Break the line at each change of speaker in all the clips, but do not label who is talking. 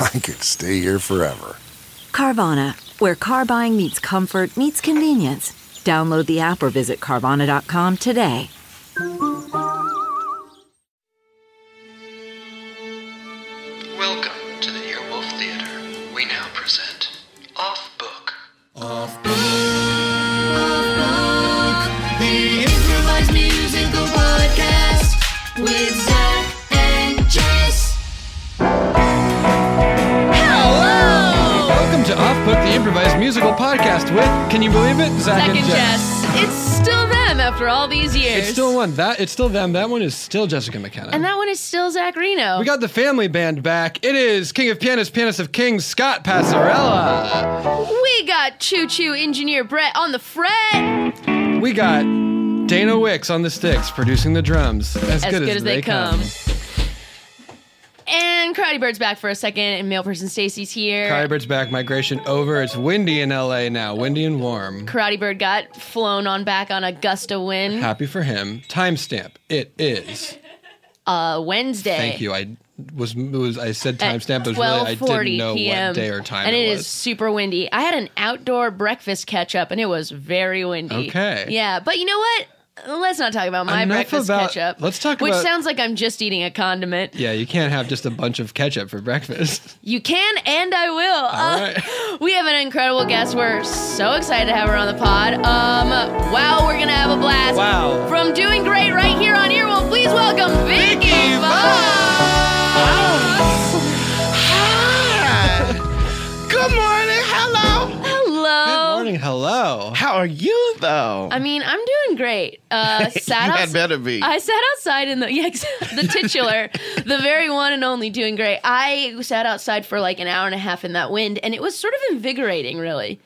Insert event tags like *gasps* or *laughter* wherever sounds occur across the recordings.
I could stay here forever.
Carvana, where car buying meets comfort, meets convenience. Download the app or visit Carvana.com today.
Welcome to the Earwolf Theater. We now present Off Book.
The improvised musical podcast with Zach and Jess. Hello,
Welcome to Off Book, the improvised musical podcast with, can you believe it, Zach,
Zach and Jess. It's still them after all these years.
It's still one. That it's still them. That one is still Jessica McKenna.
and that one is still Zach Reno.
we got the family band back. It is King of Pianists, Pianist of Kings, Scott Passarella.
we got Choo Choo Engineer Brett on the fret,
We got Dana Wicks on the sticks, producing the drums. As,
as good as, they, come. And Karate Bird's back for a second, and Mail Person Stacy's here.
Cry Bird's back, migration over. It's windy in LA now, windy and warm.
Karate Bird got flown on back on a gust of wind
Happy for him. Timestamp. It is.
uh, Wednesday.
Thank you. I was, was I said
at
timestamp, but really I didn't
12:40
know what day or time
and
it,
it
was.
is super windy i had an outdoor breakfast catch up and it was very windy
Okay.
yeah but you know what let's not talk about my
Enough
breakfast
about-
catch up
let's talk
which
about-
sounds like i'm just eating a condiment
Yeah, you can't have just a bunch of ketchup
*laughs*
for breakfast.
you can and i will
All
Uh,
right.
*laughs* we have an incredible guest we're so excited to have her on the pod um wow we're gonna have a blast
Wow.
from doing great right here on earwolf please welcome vicky,
Vicky
Voss.
Good morning. Hello.
hello
Good morning. Hello.
How are you, though?
I mean, I'm doing great.
*laughs*
Uh, sat
You had
outs-
better be. *laughs*
I sat outside in the yeah, exactly, *laughs* the titular, the very one and only doing great. I sat outside for like an hour and a half in that wind, and it was sort of invigorating, really.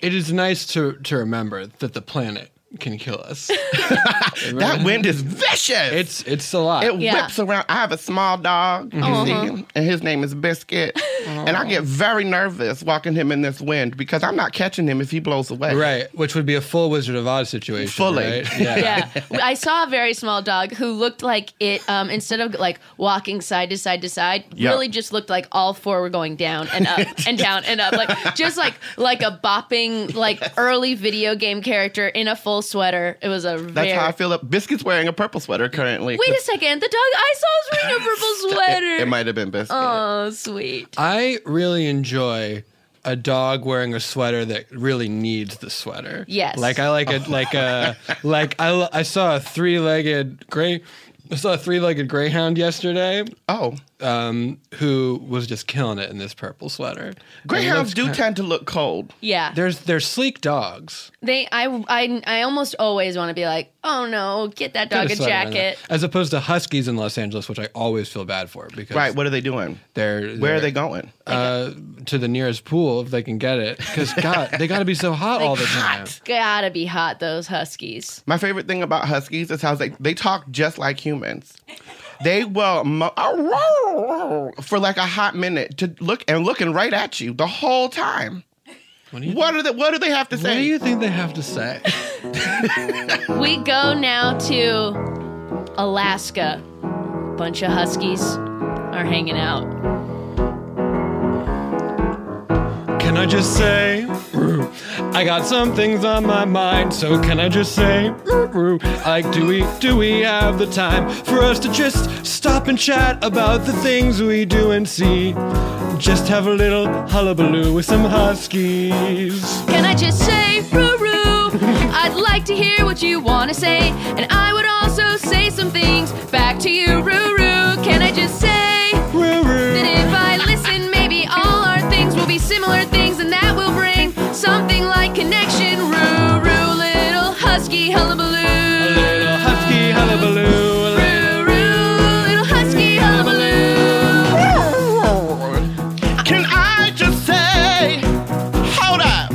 It is nice to to remember that the planet can kill us.
that wind is vicious.
Mm-hmm. It's it's a lot.
it
Yeah. Uh-huh.
whips around. I have a small dog, you see him, and his name is Biscuit. and I get very nervous walking him in this wind because I'm not catching him if he blows away.
right, which would be a full Wizard of Oz situation.
Fully.
right? Yeah.
*laughs* Yeah, I saw a very small dog who looked like it. Um, instead of like walking side to side to side,
Yeah.
really just looked like all four were going down and
*laughs*
up and down and up, like just like like a bopping like early video game character in a full sweater. It was a
That's
very
how I feel. Up. Biscuit's wearing a pable sweater currently.
Wait a second. The dog I saw was wearing a
*laughs*
purple sweater.
It, it might have been Biscuit.
Oh, sweet.
I really enjoy a dog wearing a sweater that really needs the sweater.
Yes.
Like I like a like a like I l- I saw a three-legged gray I saw a three-legged greyhound yesterday
oh.
um, who was just killing it in this purple sweater. And
Greyhounds
looks
do
kind-
tend to look cold.
Yeah.
There's they're sleek dogs.
they I I I almost always want to be like, "Oh no, get that
Get
dog a
sweater in there.
jacket."
As opposed to huskies in Los Angeles, which I always feel bad for because
Right. What are they doing?
they're, they
Where are they going?
Uh, to the nearest pool if they can get it. Because God, they got to be so hot all the time.
Got to be hot those huskies.
My favorite thing about huskies is how they, they talk just like humans. They will mo- for like a hot minute to look and looking right at you the whole time.
What do you,
What are they, what do they have to
what do you
say?
think they have to say? *laughs*
We go now to Alaska. Bunch of huskies are hanging out.
Can I just say, roo, I got some things on my mind, so can I just say, roo, roo, like, do we do we have the time for us to just stop and chat about the things we do and see? Just have a little hullabaloo with some huskies.
Can I just say, Roo
*laughs*
Roo? I'd like to hear what you want to say, and I would also say some things back to you, Roo Roo. Can I just say that
Roo-roo.
if I listen, maybe all our things will be similar things, and that will bring something like connection, Roo Roo, little husky
A
hullabaloo.
little husky hullabaloo. A little-
Roo Roo, little husky hullabaloo.
Can I just say, hold up.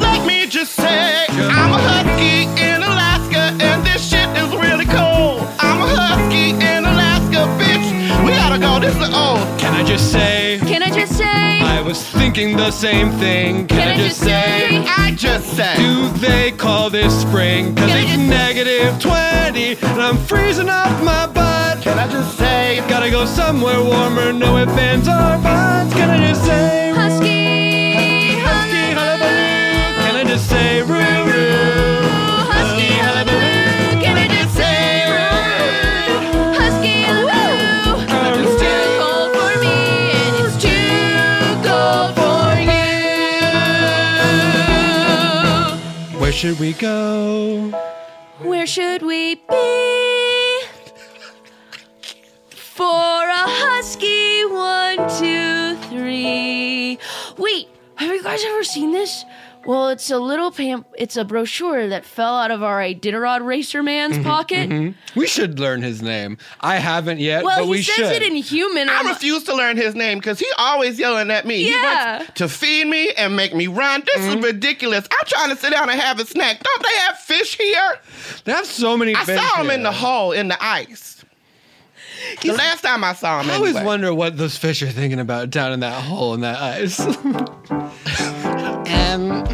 Let me just say, I'm a husky in Alaska, and this shit is really cool. I'm a husky in Alaska, bitch. We gotta go. This is old.
Can I just say?
Can I just say?
I was thinking the same thing. Can, I just say?
I just say,
Do they call this spring? Cause
Can I
it's
just-
negative 20 and I'm freezing off my butt.
can I just say,
Gotta go somewhere warmer, no ifs, ands, or buts. Can I just say?
Husky,
Husky hullabaloo. Can I just say? Roo roo.
husky hullabaloo. Can I just say? Roo, husky hullabaloo. It's too cold for me, and it's too cold for you.
Where should we go?
Where should we be for a husky? One, two, three. Wait, have you guys ever seen this? Well, it's a little pam- it's a brochure that fell out of our Iditarod Racer Man's pocket.
We should learn his name. I haven't yet,
Well,
but
he
we
says it
should.
in human.
I
I'm-
refuse to learn his name because he always yelling at me.
Yeah.
He wants to feed me and make me run. This
Mm-hmm.
is ridiculous. I'm trying to sit down and have a snack. Don't they have fish here?
They have so many.
I
fish
saw him in
here.
the hole in the ice. The last time I saw him,
I always
anyway.
wonder what those fish are thinking about down in that hole in
*laughs*
that ice. um,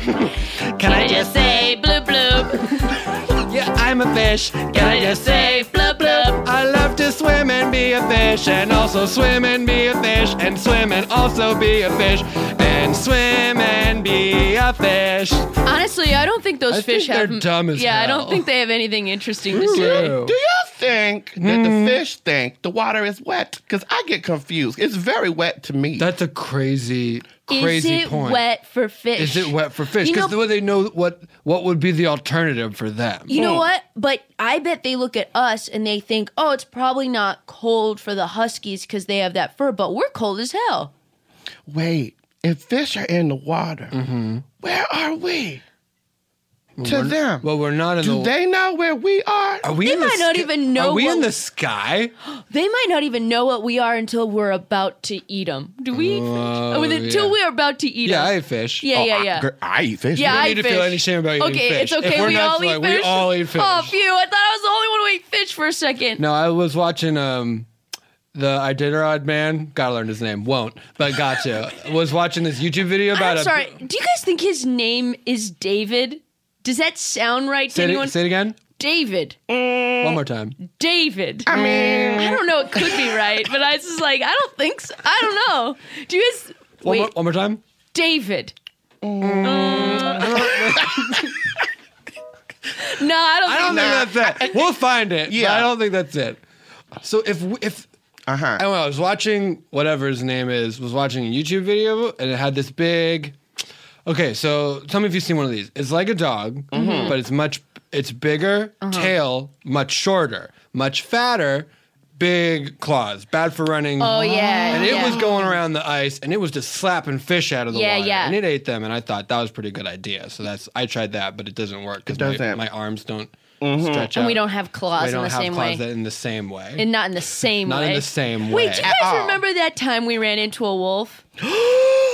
can I just
say bloop bloop?
Yeah, I'm a fish. Can I just say?
bloop bloop?
I love to swim and be a fish, and also swim and be a fish, and swim and also be a fish, and swim and be a fish.
Honestly, I don't think those
I
fish
think
have.
they're dumb as
yeah, I
hell.
don't think they have anything interesting to say.
Do you think that
Hmm.
the fish think the water is wet? Because I get confused. It's very wet to me.
That's a crazy, crazy
Is it
point.
wet for fish?
Is it wet for fish?
You
Because
know-
the way they know what what would be the alternative for them.
You know what? But I bet they look at us and they think, oh, it's probably not cold for the huskies because they have that fur, but we're cold as hell.
Wait, if fish are in the water, where are we? to them.
Mm-hmm. Well, we're not in
do
the.
they know where we are?
are we
They
in the
might not
sk-
even know
Are we
what-
in the sky?
They might not even know what we are until we're about to eat them. Do we? eat fish?
Oh,
Oh, until
yeah.
we're about to eat
Yeah,
them.
I eat fish.
yeah, yeah, yeah.
Girl, I eat fish.
Yeah, I
need to
fish.
feel any shame about eating
okay, it's
fish. If
okay.
we're
we
not
all eat
polite, we
fish.
all eat fish.
Oh, phew! I thought I was the only one who ate fish for a second.
No, I was watching um the Iditarod man. Gotta learn his name. Won't, but got
*laughs*
to. was watching this YouTube video about
I'm
a-
sorry. Do you guys think his name is David? Does that sound right to
Say
anyone?
it, say it again.
David.
One more time.
David. I mean, I don't know. It could be right, but I was just like, I don't think so. I don't know. Do you guys?
One
Wait,
more, one more time.
David. Mm. Uh, no, I don't.
I don't
think
think that's it. We'll find it. Yeah,
Yeah.
I don't think that's it. So if w- if
Uh huh.
I don't know, I was watching whatever his name is, was watching a YouTube video and it had this big. Okay, so tell me if you've seen one of these. It's like a dog,
Mm-hmm.
but it's much, it's bigger,
Uh-huh.
tail much shorter, much fatter, big claws, bad for running.
Oh yeah.
And it
yeah.
was going around the ice, and it was just slapping fish out of the
Yeah,
water,
yeah.
and it ate them. And I thought that was a pretty good idea. So that's I tried that, but it doesn't work because my,
doesn't.
my arms don't stretch out.
And we don't have claws
we don't
in the
have
same
claws
way.
that in the same way.
and not in the same
Not
way.
in the same way.
Wait, do you
At
guys
all.
remember that time we ran into a wolf?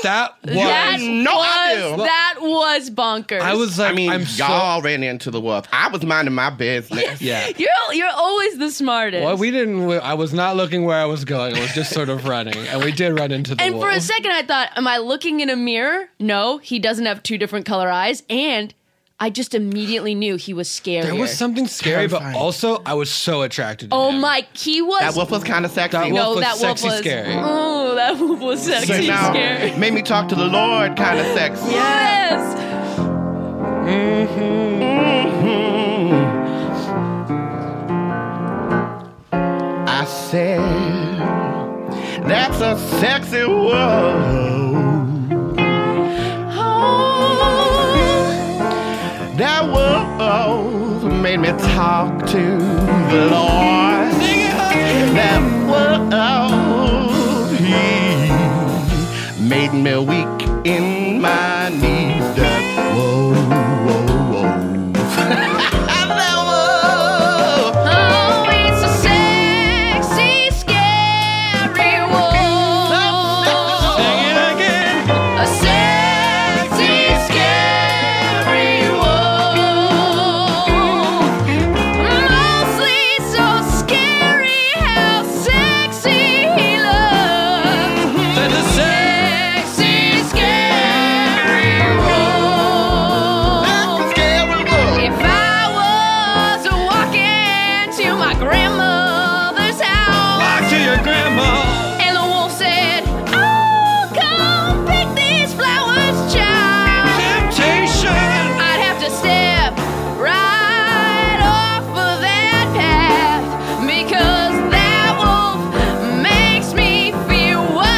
that was
that
no
was
idea.
that was bonkers.
I was like,
I mean,
am
y'all ran into the wolf. I was minding my business.
So, yeah.
You're al- you're always the smartest.
Well, we didn't. I was not looking where I was going. I was just sort of running, and we did run into the
and
wolf.
for a second, I thought, am I looking in a mirror? No, he doesn't have two different color eyes, and I just immediately knew he was scary.
there was something scary, but also I was so attracted. to
Oh
him.
my! He was.
That wolf was kind of sexy.
That wolf
no,
was
that wolf
sexy
was.
scary.
Oh, that wolf was sexy
You know,
scary.
made me talk to the Lord kind of sexy.
Yes.
Mm-hmm. I said, that's a sexy wolf. Oh, talk to the Lord. That world, He made me weak in my need. That whoa, whoa, whoa. *laughs* That whoa.
Oh, it's a sexy, scary world. A sexy, scary world. Mostly so scary how sexy he looks. Sexy, scary world. If I was walking to my grandmother's house and the wolf said, Oh, come pick these flowers, child, I'd have to step right off of that path because that wolf makes me feel what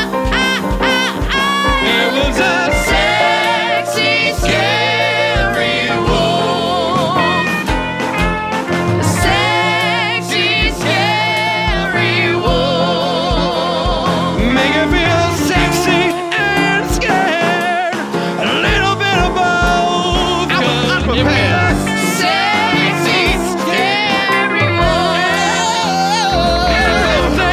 Sexy, scary wolf. Sexy, scary wolf.
Make it feel sexy and scared. A little bit of both.
Sexy, scary wolf.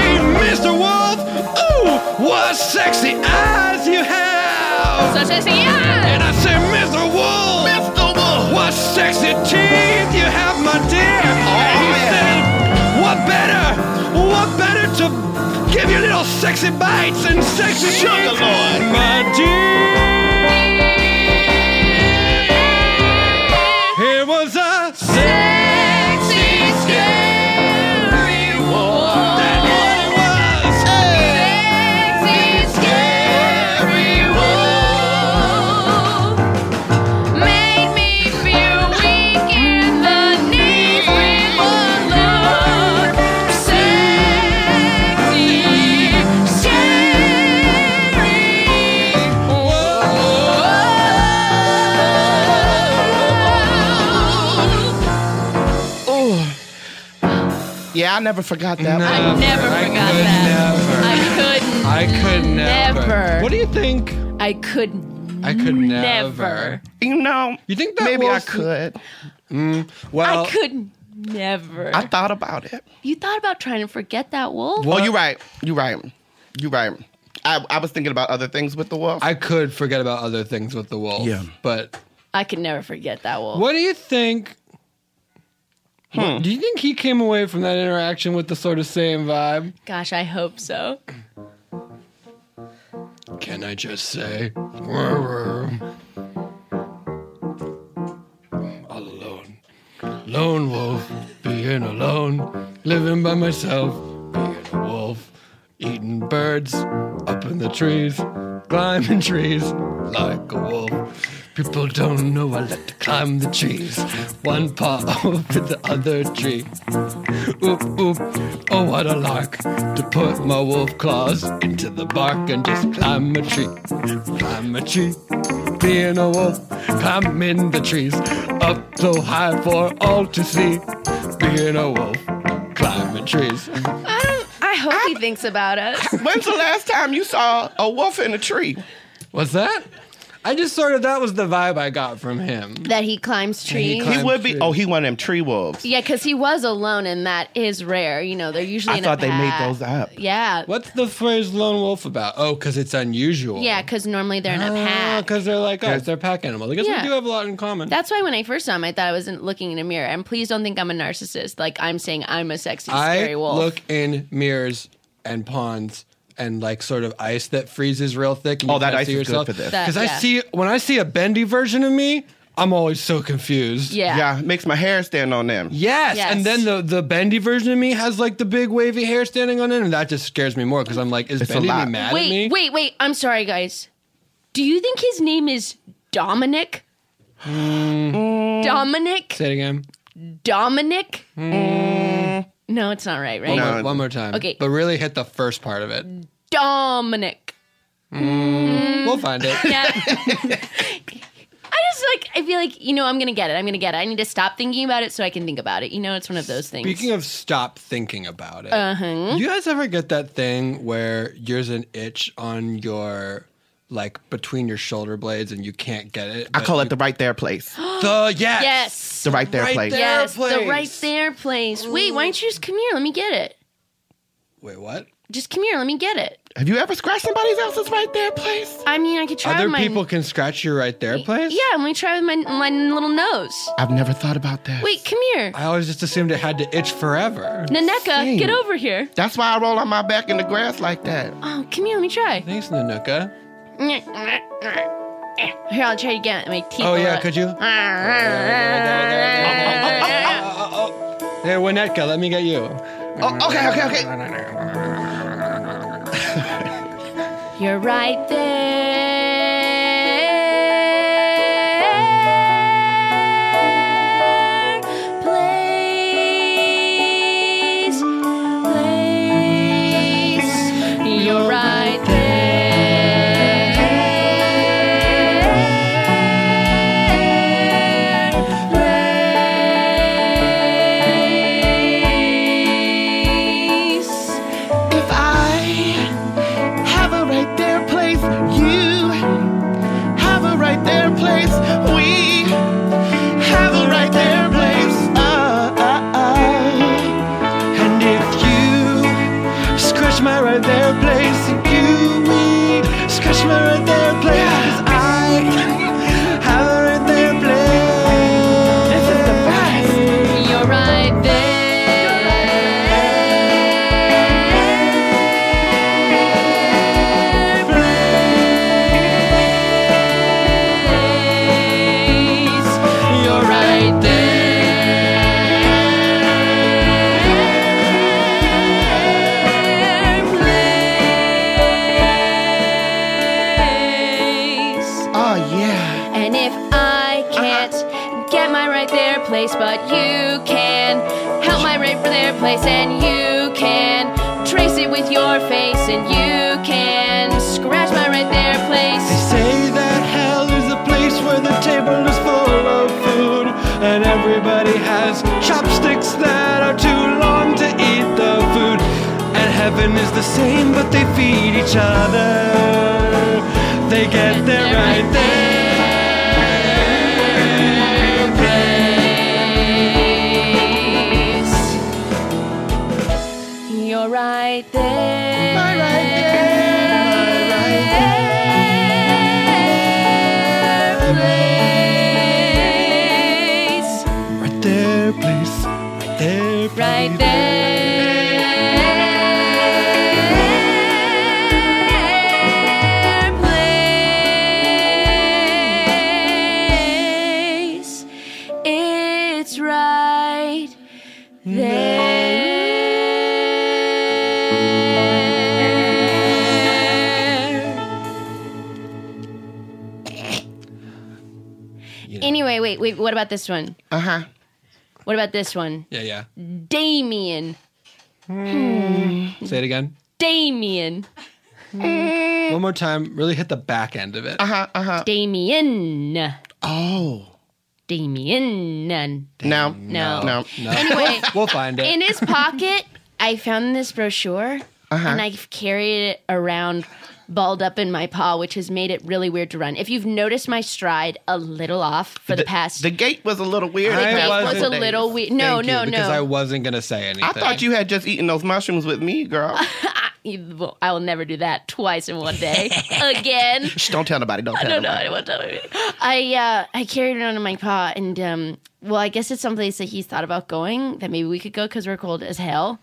Say, Mr. Wolf, ooh, what sexy eyes you have.
So sexy, yeah.
And I say, Mr. Wolf, what sexy teeth you have, my dear.
Oh,
and he said, what better, what better to give you little sexy bites and sexy
Sugar
teeth,
Lord.
my dear. It was a
Sexy, scary wolf. Sexy, scary wolf. Made me feel weak in the knees with love. Sexy, scary wolf.
Yeah, I never forgot that one.
I never forgot
could
that.
never.
I couldn't.
I could never.
Never.
What do you think?
I could
I could
never.
never.
You know,
You think that
maybe I
was-
could.
Well,
I could never.
I thought about it.
you thought about trying to forget that wolf?
Oh, you right. You right. You right. I, I was thinking about other things with the wolf.
I could forget about other things with the wolf.
Yeah.
But
I could never forget that wolf.
what do you think?
Hmm.
Do you think he came away from that interaction with the sort of same vibe?
Gosh, I hope so.
Can I just say, all alone, lone wolf, being alone, living by myself, being a wolf, eating birds up in the trees, climbing trees like a wolf. People don't know I like to climb the trees, one *laughs* paw over the other tree. Oop, oop, oh what a lark To put my wolf claws into the bark And just climb a tree, climb a tree Being a wolf, climbing the trees Up so high for all to see Being a wolf, climbing trees
I don't. I hope he thinks about us.
When's the last time you saw a wolf in a tree?
What's that? I just sort of, that was the vibe I got from him
that he climbs trees. Yeah, 'cause
He
climbs-
would be.
tree.
Oh, he one of them tree wolves.
yeah, because he was alone, and that is rare. You know, they're usually.
I
in
thought
a
they made
pack.
those up.
Yeah.
What's the phrase lone wolf about? Oh, because it's unusual
Yeah, because normally they're in
Oh,
a pack.
Because they're like, oh, it's their pack animal. I guess
Yeah.
we do have a lot in common.
That's why when I first saw him, I thought I wasn't looking in a mirror. And please don't think I'm a narcissist. Like I'm saying, I'm a sexy,
I
scary wolf.
look in mirrors and ponds and like sort of ice that freezes real thick. And
Oh,
you
that
can't
ice
see
is good
yourself.
for this.
That-
Because I
yeah.
see when I see a bendy version of me, I'm always so confused.
yeah.
Yeah, makes my hair stand on them.
Yes.
Yes.
and then the the bendy version of me has like the big wavy hair standing on it, and that just scares me more because I'm like, is
It's a
Bendy me
lot.
mad at me?
Wait, wait, wait. I'm sorry, guys. Do you think his name is Dominic? Dominic?
Say it again.
Dominic?
Hmm.
Eh, No, it's not right, right?
One,
No.
more, one more time.
Okay. Mm.
But really hit the first part of it.
Dominic. *laughs*
We'll find it.
Yeah. I just just like I feel like you know I'm gonna get it. I'm gonna get it. I need to stop thinking about it so I can think about it. You know, it's one of those things.
Speaking of stop thinking about it, you guys ever get that thing where there's an itch on your like between your shoulder blades and you can't get it?
I call it the right there place.
the yes.
yes,
The right there
Right
place.
there.
yes, the
place.
right there place. Wait, why don't you just come here? Let me get it.
Wait, what?
Just come here. Let me get it.
Have you ever scratched somebody else's right there place?
I mean, I could try.
Other
with my,
people can scratch you right there, place.
Yeah, let me try with my my little nose.
I've never thought about that.
Wait, come here,
I always just assumed it had to itch forever.
Naneka.
insane.
Get over here.
That's why I roll on my back in the grass like that.
Oh, come here. Let me try.
Thanks, Nanuka.
Here, I'll try it again. My teeth.
Oh
will
yeah,
look- *laughs*
could you? Hey, Winnetka, let me get you.
Oh, okay, okay, okay.
You're right there. Place, place. You're right there. Place.
If I have a right there place, you have a right there place, we have a right there place. Uh, uh, uh. And if you scratch my right there place, you will scratch my right there place. I have a right there place. This is the best.
You're right there. Place. You're right there. Place.
Oh, yeah.
And if I
Uh-huh.
can't get my right there place, but you can help my right there place, and you can trace it with your face, and you can scratch my right there place.
Say that hell is a place where the table is full of food and everybody has chopsticks that are too long to eat the food. And heaven is the same, but they feed each other. They get there right there.
Place. You're right there.
My right there. My right there.
Place.
Right there, place. Right there, place.
right there. Place. It's right there. Anyway, wait, wait, what about this one?
Uh huh.
What about this one?
Yeah, yeah.
Damien.
Say it again.
Damien.
One more time. Really hit the back end of it.
Damien.
Oh.
Damien.
No.
No.
No.
No.
Anyway,
We'll find it.
in his pocket, I found this brochure and I've carried it around balled up in my paw, which has made it really weird to run. If you've noticed my stride a little off for the, past,
The gate was a little weird.
The
at
gate
that
it
wasn't-
was a
couple days.
little weird. No,
Thank you,
no,
Because I
no.
wasn't going to say anything.
I thought you had just eaten those mushrooms with me, girl.
*laughs* Well, I will never do that twice in one day again.
Shh, don't tell nobody. Don't tell
No, no,
nobody.
I won't tell him. I uh, I carried it under my paw, and um, well, I guess it's someplace that he's thought about going that maybe we could go because we're cold as hell.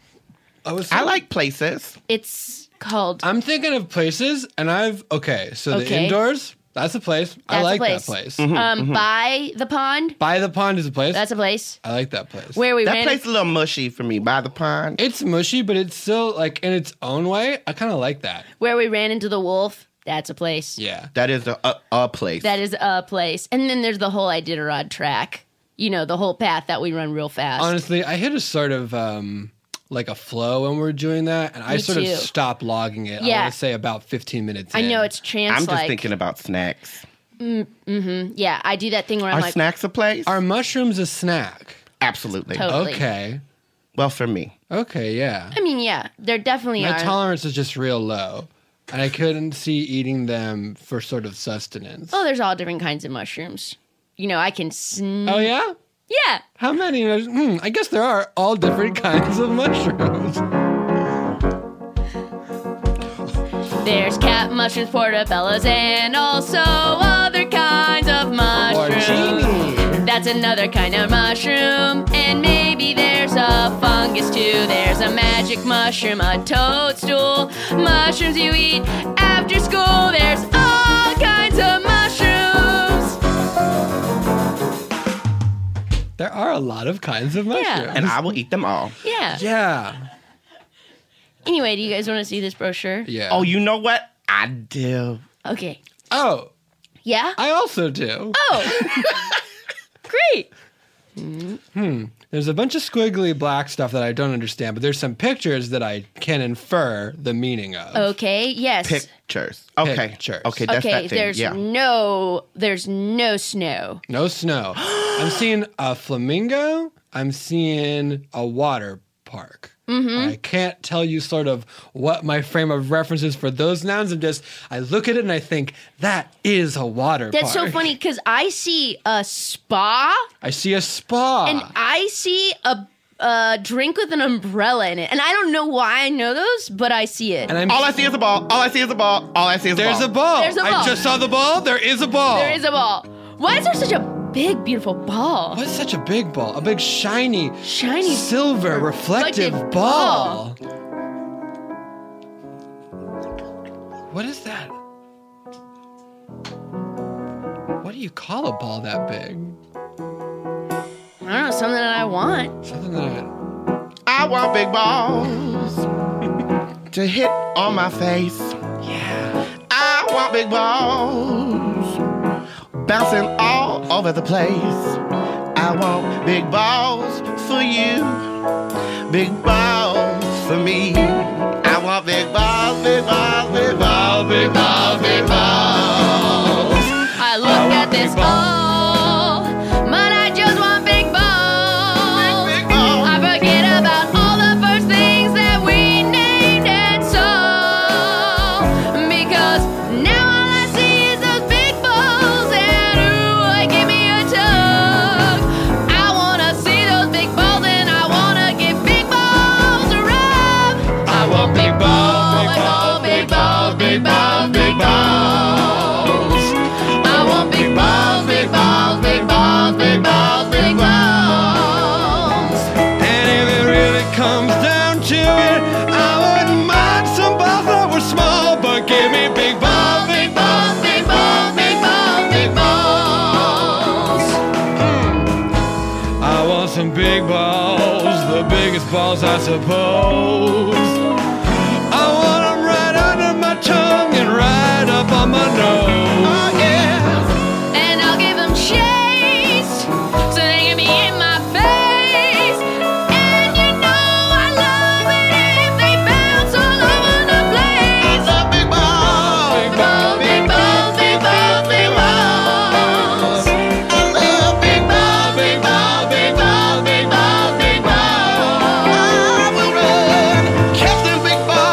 I was
I like places.
It's called
I'm thinking of places, and I've okay. So the
Okay.
indoors, that's a place.
That's
I
a
like
place.
that place.
um, by the pond.
By the pond is a place.
That's a place
I like that place.
where we
That
ran.
place a little mushy for me by the pond.
It's mushy, but it's still like in its own way. I kind of like that.
where we ran into the wolf. That's a place.
Yeah.
That is a, a, a place.
That is a place. And then there's the whole Iditarod track. You know, the whole path that we run real fast.
Honestly, I hit a sort of um like a flow when we're doing that, and I
Me
sort
too.
of stop logging it. I
Yeah.
want to say about 15 minutes.
I know
in.
it's trance.
I'm just thinking about snacks.
Yeah, I do that thing where I'm
Are
like,
snacks a place?
Are mushrooms a snack?
Absolutely.
Totally.
Okay.
Well, for me.
Okay, yeah.
I mean, yeah, there definitely
My
are.
tolerance is just real low. And I couldn't see eating them for sort of sustenance.
oh, there's all different kinds of mushrooms. You know, I can sn-
Oh, yeah?
Yeah.
How many? Hmm, I guess there are all different kinds of mushrooms.
There's cat mushrooms, portobellos, and also other kinds of mushrooms.
Porcini.
That's another kind of mushroom. And maybe there's a fungus too. There's a magic mushroom, a toadstool, mushrooms you eat after school. There's all kinds of mushrooms.
There are a lot of kinds of mushrooms.
Yeah.
And I will eat them all.
Yeah.
Yeah.
Anyway, do you guys want to see this brochure?
Yeah.
Oh, you know what? I do.
Okay.
Oh,
Yeah?
I also do.
Oh. *laughs* Great.
There's a bunch of squiggly black stuff that I don't understand, but there's some pictures that I can infer the meaning of.
Okay. Yes.
Pictures. Okay.
Pictures.
Okay, that's
okay.
that thing.
There's
yeah.
no. There's no snow.
No snow.
*gasps*
I'm seeing a flamingo. I'm seeing a water park.
Mm-hmm.
I can't tell you sort of what my frame of reference is for those nouns. I'm just, I look at it and I think, that is a water
That's
park.
so funny because I see a spa
I see a spa.
Ah.
and I see a, a drink with an umbrella in it, and I don't know why I know those, but I see it.
And I'm,
All I see is a ball. All I see is a ball. All I see is
there's
a
a
ball.
ball.
There's a ball.
I just saw the ball. There is a ball.
there is a ball. Why is there such a big, beautiful ball?
What's such a big ball? A big shiny,
Shiny
silver reflective
reflective
ball. What is that? What do you call a ball that
I
big?
don't know. Something that I want.
Something that
I want big balls to hit on my face. Yeah. I want big balls bouncing all over the place. I want big balls for you, big balls for me. I want big balls, big balls, big balls, big balls, big balls.
I look at this ball, but I just want big balls.
Big balls.
I forget about all the first things that we named and saw. Because now all I see is those big balls and ooh, they give me a tug. I wanna see those big balls and I wanna give big balls a rub. I want big balls, big balls, big balls, big balls, big balls. I want big balls, big balls, big balls, big balls, big balls.
And if it really comes down to it, I wouldn't mind some balls that were small, but give me big balls, big balls, big balls, big balls, big balls. I want some big balls, the biggest balls I suppose. I want 'em right under my tongue and right up on my nose. Oh yeah.
and I'll give them chase. So they can be in my face. And you know I love it if they bounce all over the place.
Big balls, big
Ball, big balls, big balls, big balls.
I love big balls, big balls, big balls, big balls, big balls. I will run, catch
Oh,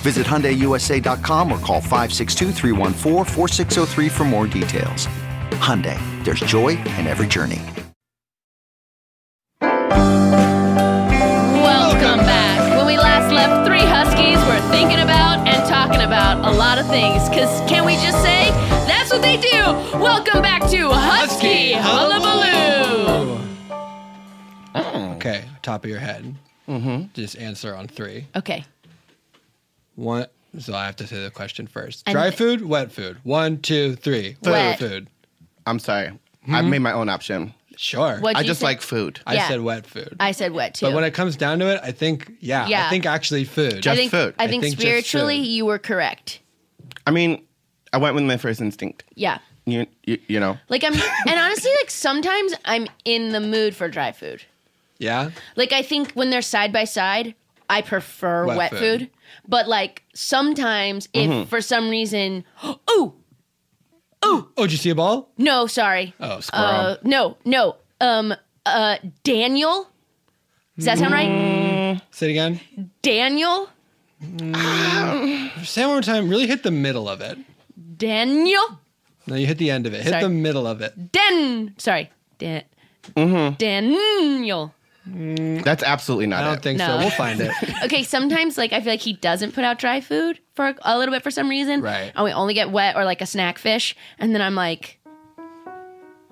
Visit HyundaiUSA.com or call 562-314-4603 for more details. Hyundai, there's joy in every journey.
Welcome back. When we last left three Huskies, we're thinking about and talking about a lot of things. Cause can we just say that's what they do? Welcome back to Husky, Hullabaloo.
Okay, top of your head. Mm-hmm. Just answer on three.
Okay.
One. So I have to say the question first. Dry food, wet food. One, two, three.
Wet.
food.
I'm sorry. I made my own option.
Sure.
What
I
you
just
say?
like food.
I
yeah.
said wet food.
I said wet too.
but when it comes down to it, I think yeah,
Yeah.
I think actually food.
I
Just
think,
food.
I
I
think
think just
spiritually
food.
you were correct.
I mean, I went with my first instinct.
Yeah.
You, you, you know.
Like I'm and honestly like sometimes I'm in the mood for dry food.
yeah.
Like I think when they're side by side, I prefer wet,
Wet
food.
food.
But like sometimes if for some reason oh
Oh, did you see a ball?
no, sorry.
Oh, squirrel.
uh no, no. Um uh Daniel. Does that sound right?
Say it again.
Daniel?
Say it one more time. Really hit the middle of it.
Daniel?
No, you hit the end of it. Hit
Sorry.
the middle of it.
Den sorry. Dan
Mm-hmm.
Daniel.
That's absolutely not
I
it.
don't think
No.
so. We'll find it.
okay, sometimes like I feel like he doesn't put out dry food for a, a little bit for some reason.
Right.
And we only get wet or like a snack fish. And then I'm like,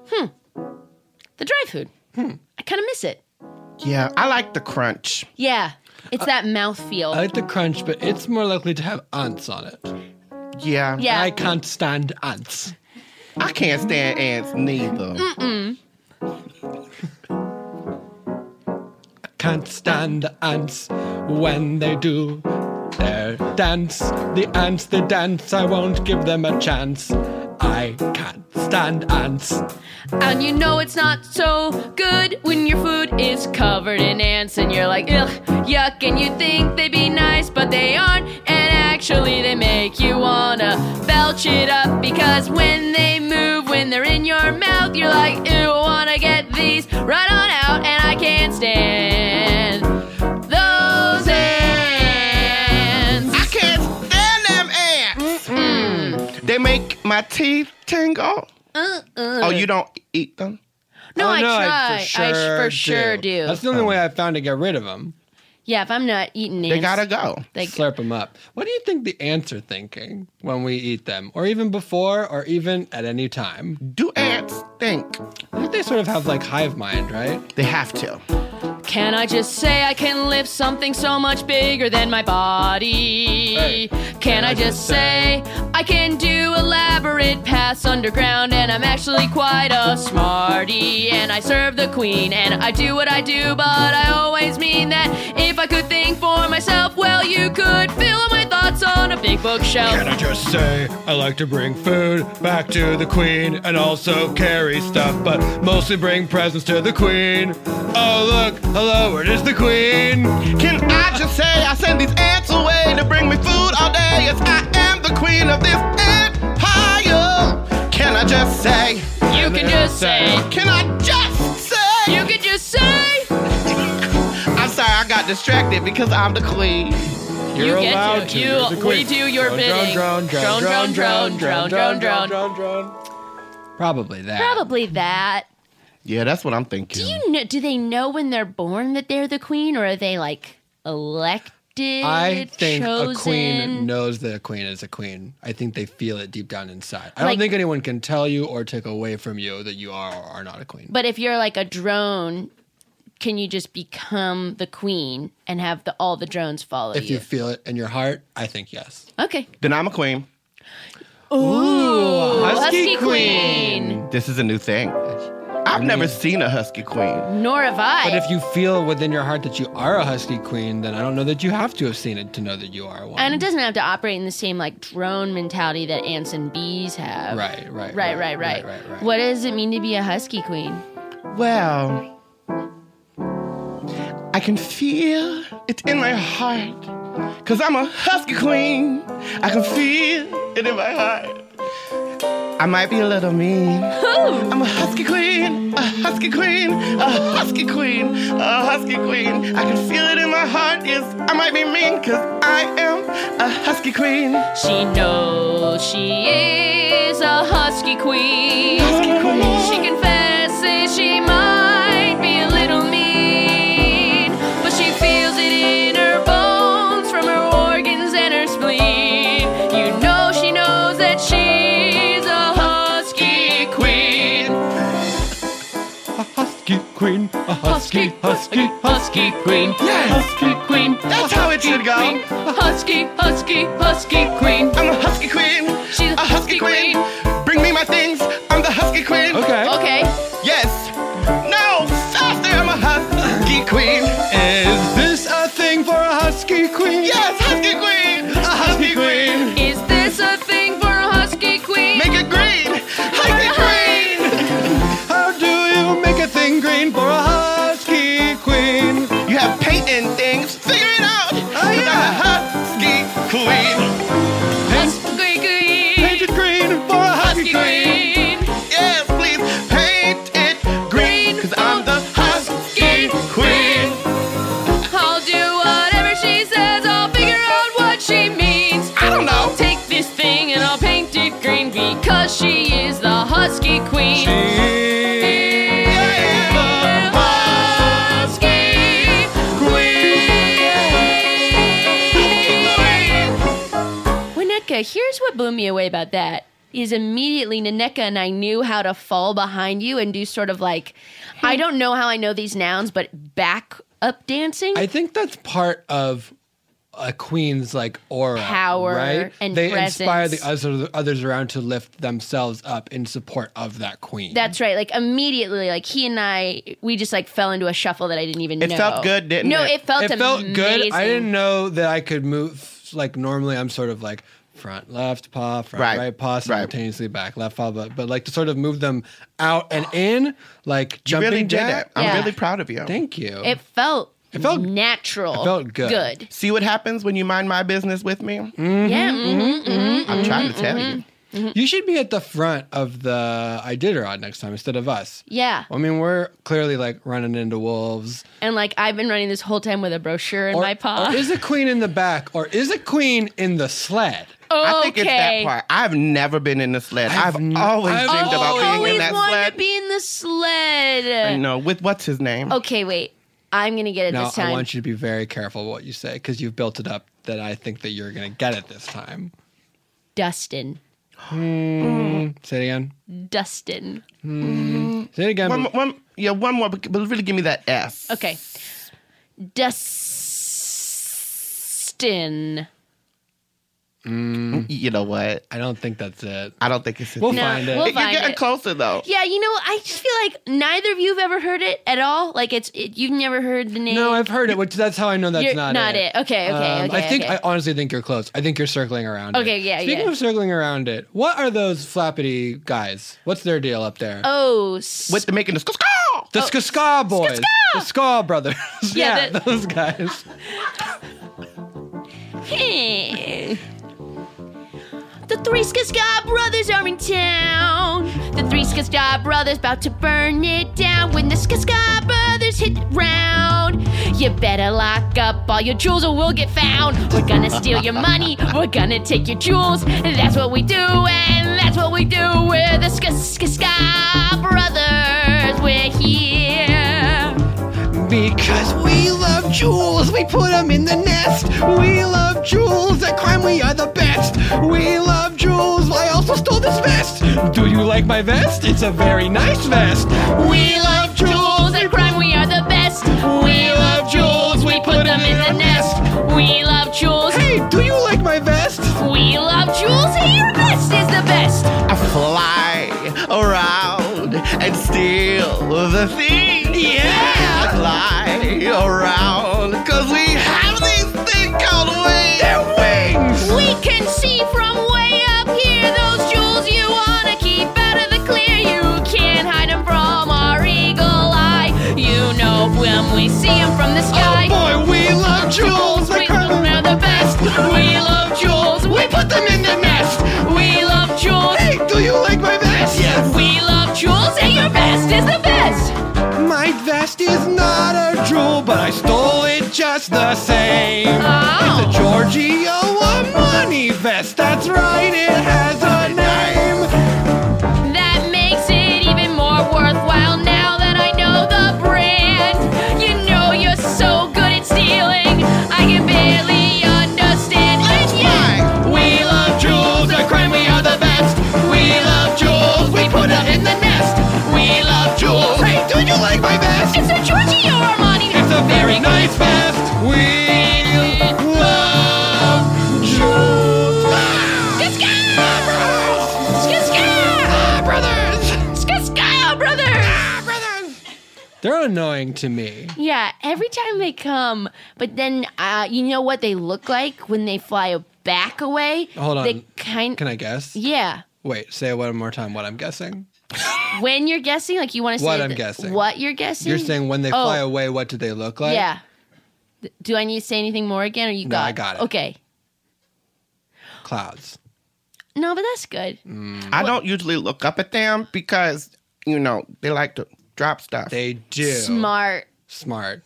hmm, the dry food. Hmm. I kind of miss it.
yeah, I like the crunch.
Yeah. It's that mouth feel.
I like the crunch, but it's more likely to have ants on it.
Yeah.
yeah.
I can't stand ants.
I can't stand ants neither.
Can't stand ants when they do their dance. The ants, they dance. I won't give them a chance. I can't stand ants.
and you know it's not so good when your food is covered in ants and you're like, ugh, yuck. And you think they'd be nice, but they aren't. And actually, they make you wanna belch it up because when they move, when they're in your mouth, you're like, ew, wanna get these right on out. And I can't stand those ants.
I can't stand them ants. They make my teeth tingle.
Uh-uh.
Oh, you don't eat them?
No,
Oh,
I try.
I for sure,
I sh- for sure do.
That's the only way I found to get rid of them.
yeah, if I'm not eating ants,
They gotta go.
they-
Slurp them up. What do you think the ants are thinking when we eat them, or even before, or even at any time?
Do ants think?
I think they sort of have like hive mind, right?
They have to.
Can I just say I can lift something so much bigger than my body?
Hey,
can, I, just say I can do elaborate paths underground and I'm actually quite a smarty and I serve the queen and I do what I do, but I always mean that if I could think for myself, well, you could fill my thoughts on a big bookshelf.
Can I just say I like to bring food back to the queen and also carry stuff, but mostly bring presents to the queen. Oh look, hello, where is the queen?
Can I just say I send these ants away to bring me food all day? Yes, I am the queen of this ant I just say?
You can just say.
Can I just say?
You can just say.
I'm sorry, I got distracted because I'm the queen.
You're
you get to.
allowed to.
You-
You're the
we
queen.
do your
Drone,
bidding.
Drone, drone, drone, drone, drone, drone, drone,
drone,
drone, drone. Probably that.
Probably that.
Yeah, that's what I'm thinking.
Do you know, do they know when they're born that they're the queen, or are they like elected?
I think
chosen?
a queen knows that a queen is a queen. I think they feel it deep down inside. I
Like-
don't think anyone can tell you or take away from you that you are or are not a queen.
But if you're like a drone, can you just become the queen and have the, all the drones follow
If
you?
you feel it in your heart, I think yes.
Okay.
Then I'm a queen.
Husky queen.
This is a new thing. I've never seen a husky queen.
Nor have I.
But if you feel within your heart that you are a husky queen, then I don't know that you have to have seen it to know that you are one.
and it doesn't have to operate in the same like drone mentality that ants and bees have.
Right, right,
Right, right, right.
right, right, right, right.
What does it mean to be a husky queen?
Well, I can feel it in my heart. Cause I'm a husky queen. I can feel it in my heart. I might be a little mean. I'm a husky queen, a husky queen, a husky queen, a husky queen. I can feel it in my heart. Yes, I might be mean, cause I am a husky queen.
She knows she is a husky queen. She confesses she might be a little mean, but she feels it in her bones from her organs and her spleen. You know she knows that she's a husky queen.
husky queen, a husky, husky,
husky queen. Husky queen.
That's how it should go.
Queen. Husky, husky, husky queen.
I'm a husky queen.
She's
a husky queen. Bring me my things. I'm the husky queen.
Okay.
Okay.
Yes. No. Faster. I'm a husky queen.
Is this a thing for a husky queen?
Yes, husky queen. A husky queen.
Is this a thing for a husky queen?
Make it green. Husky queen.
How do you make a thing green for a husky queen?
You have paint and things. Figure it out. Oh,
yeah.
I'm a husky queen.
husky queen.
Painted green for a
husky
husky,
queen.
Yes, please paint it green. Cause I'm the husky queen.
I'll do whatever she says. I'll figure out what she means.
I don't know.
Take this thing and I'll paint it green because she is the husky queen. Husky queen. Winneka, here's what blew me away about that. Is immediately Naneka and I knew how to fall behind you and do sort of like, I don't know how I know these nouns, but back up dancing.
I think that's part of a queen's like aura,
Power
right?
and
they inspire the
presence.
other, others around to lift themselves up in support of that queen.
That's right. Like immediately, like he and I, we just like fell into a shuffle that I didn't even
It
know.
felt good, didn't
no,
it?
it felt
it felt good. I
amazing.
didn't know that I could move like normally. I'm sort of like front left paw, front
Right,
right, paw,
right.
simultaneously back left paw, but but like to sort of move them out and in, like
You
jumping
really did
jack.
it. Um, I'm
Yeah.
really proud of you.
Thank you.
It felt.
It felt-
natural.
it felt good.
Good.
See what happens when you mind my business with me?
Mm-hmm,
Yeah. mhm, mhm.
I'm trying to tell you.
you should be at the front of the Iditarod next time instead of us.
Yeah.
I mean, we're clearly like running into wolves.
And like I've been running this whole time with a brochure in
Or-
my paw.
or is a queen in the back, or is a queen in the sled?
okay.
I think it's that part. I've never been in the sled. I've, always
I've
dreamed about
I
being
always
in that
wanted
sled.
to be in the
I
sled.
know. With what's his name?
Okay, wait. I'm gonna get it
Now
this time.
I want you to be very careful what you say because you've built it up that I think that you're gonna get it this time.
Dustin. Mm.
Say it again.
Dustin.
Say it again.
One,
but-
one, yeah, one more, but but really give me that S.
Okay. Dustin.
You know what?
I don't think that's it.
I don't think it's his
Mm. We'll
name.
find it.
we'll
You're
find
getting
it.
closer, though.
Yeah, you know, I just feel like neither of you have ever heard it at all. Like it's it, you've never heard the name.
no, I've heard it, which that's how I know that's
You're-
not,
not
it. Um,
it. Okay, okay, okay,
I think
okay.
I honestly think you're close. I think you're circling around.
Okay,
it.
yeah,
Speaking
yeah.
of circling around it, what are those flappity guys? What's their deal up there?
Oh, s-
With the making the sk-
the Skaska boys, the Ska brothers. *laughs*
Yeah,
yeah,
the-
those guys.
hey. The Three Ska Brothers are in town. The Three Ska Brothers about to burn it down when the Ska Brothers hit the ground. You better lock up all your jewels or we'll get found. We're gonna steal your money. We're gonna take your jewels. That's what we do, and that's what we do. We're the Ska Ska Ska Brothers. We're here.
Because we love jewels, we put them in the nest. We love jewels, at crime we are the best. We love jewels, I also stole this vest. Do you like my vest? It's a very nice vest.
We love jewels and crime, we are the best. We love jewels, we put them in the nest. We love jewels,
Hey, do you like my vest?
we love jewels, and your best is the best.
I fly around and steal the thing. Yeah! I fly around, cause we have these things called wings. They're wings!
We can see from way up here those jewels you wanna keep out of the clear. You can't hide them from our eagle eye. You know when we see them from the sky.
Oh, Boy, we love jewels.
We love them the best. We love jewels. We put them in the nest. We love jewels.
Hey, do you like my vest? Yes.
We love jewels, and your best is the best.
My vest is not a jewel, but I stole it just the same.
Oh.
It's a Giorgio Armani vest. That's right, it has a name.
That makes it even more worthwhile now that I know the brand. You know you're so good at stealing. I can barely understand. And yet, we love jewels. The crime we are the best. We love jewels. We put them in the nest. We love jewels.
Hey, do you like my vest?
It's a Giorgio Armani.
It's a very nice vest. We love jewels.
Ska-ska!
Ah, brothers!
Ska-ska, brother.
Ah, brothers!
They're annoying to me.
Yeah, every time they come, but then uh, you know what they look like when they fly back away.
Hold on.
they kind.
Can I guess?
yeah,
Wait, say it one more time what I'm guessing.
when you're guessing, like you want to say
What I'm
the-
guessing.
What you're guessing?
You're saying when they
Oh.
fly away, what do they look like?
yeah. Th- Do I need to say anything more again, or you
No,
got?
I got it.
Okay.
Clouds.
No, but that's good.
I don't usually look up at them because, you know, they like to drop stuff.
They do.
Smart.
Smart.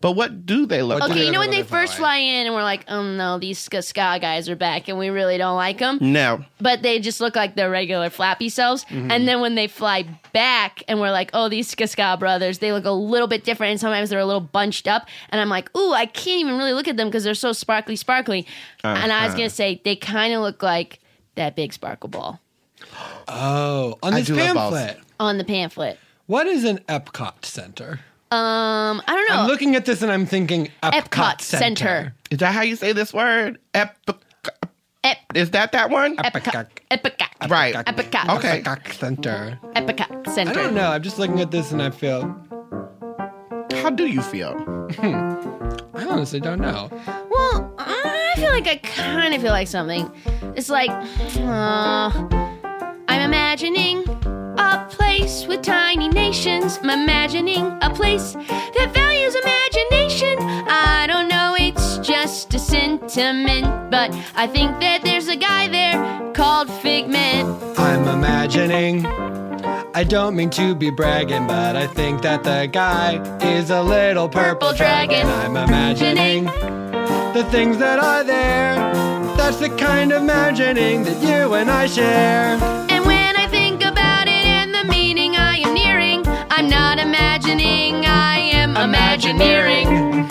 but what do they look
What do
like?
Okay,
they
you know
look
when they
like when they
first
fly
fly in and we're like, oh no, these ska ska guys are back and we really don't like them.
No.
but they just look like their regular flappy selves.
Mm-hmm.
And then when they fly back and we're like, oh, these Ska Ska brothers, they look a little bit different. And sometimes they're a little bunched up. And I'm like, ooh, I can't even really look at them because they're so sparkly, sparkly.
Uh-huh.
And I was going to say, they kind of look like that big sparkle ball
Oh, on
I
this
do love balls.
pamphlet.
on the pamphlet.
What is an Epcot Center?
Um, I don't know.
I'm looking at this and I'm thinking Epcot,
Epcot Center.
Center.
Is that how you say this word? Epic.
Ep-
Is that that one?
Epica. Epica.
Right.
Epica.
Okay.
Epcot Center.
Epica Center.
I don't know. I'm just looking at this and I feel
How do you feel?
I honestly don't know.
Well, I feel like I kind of feel like something. It's like, uh, I'm imagining a place with tiny nations. I'm imagining a place that values imagination. I don't know, it's just a sentiment, but I think that there's a guy there called Figment.
I'm imagining. I don't mean to be bragging, but I think that the guy is a little purple,
Purple dragon.
I'm imagining the things that are there. That's the kind of imagining that you and I share.
And when I think about it and the meaning I am nearing, I'm not imagining, I am imagineering.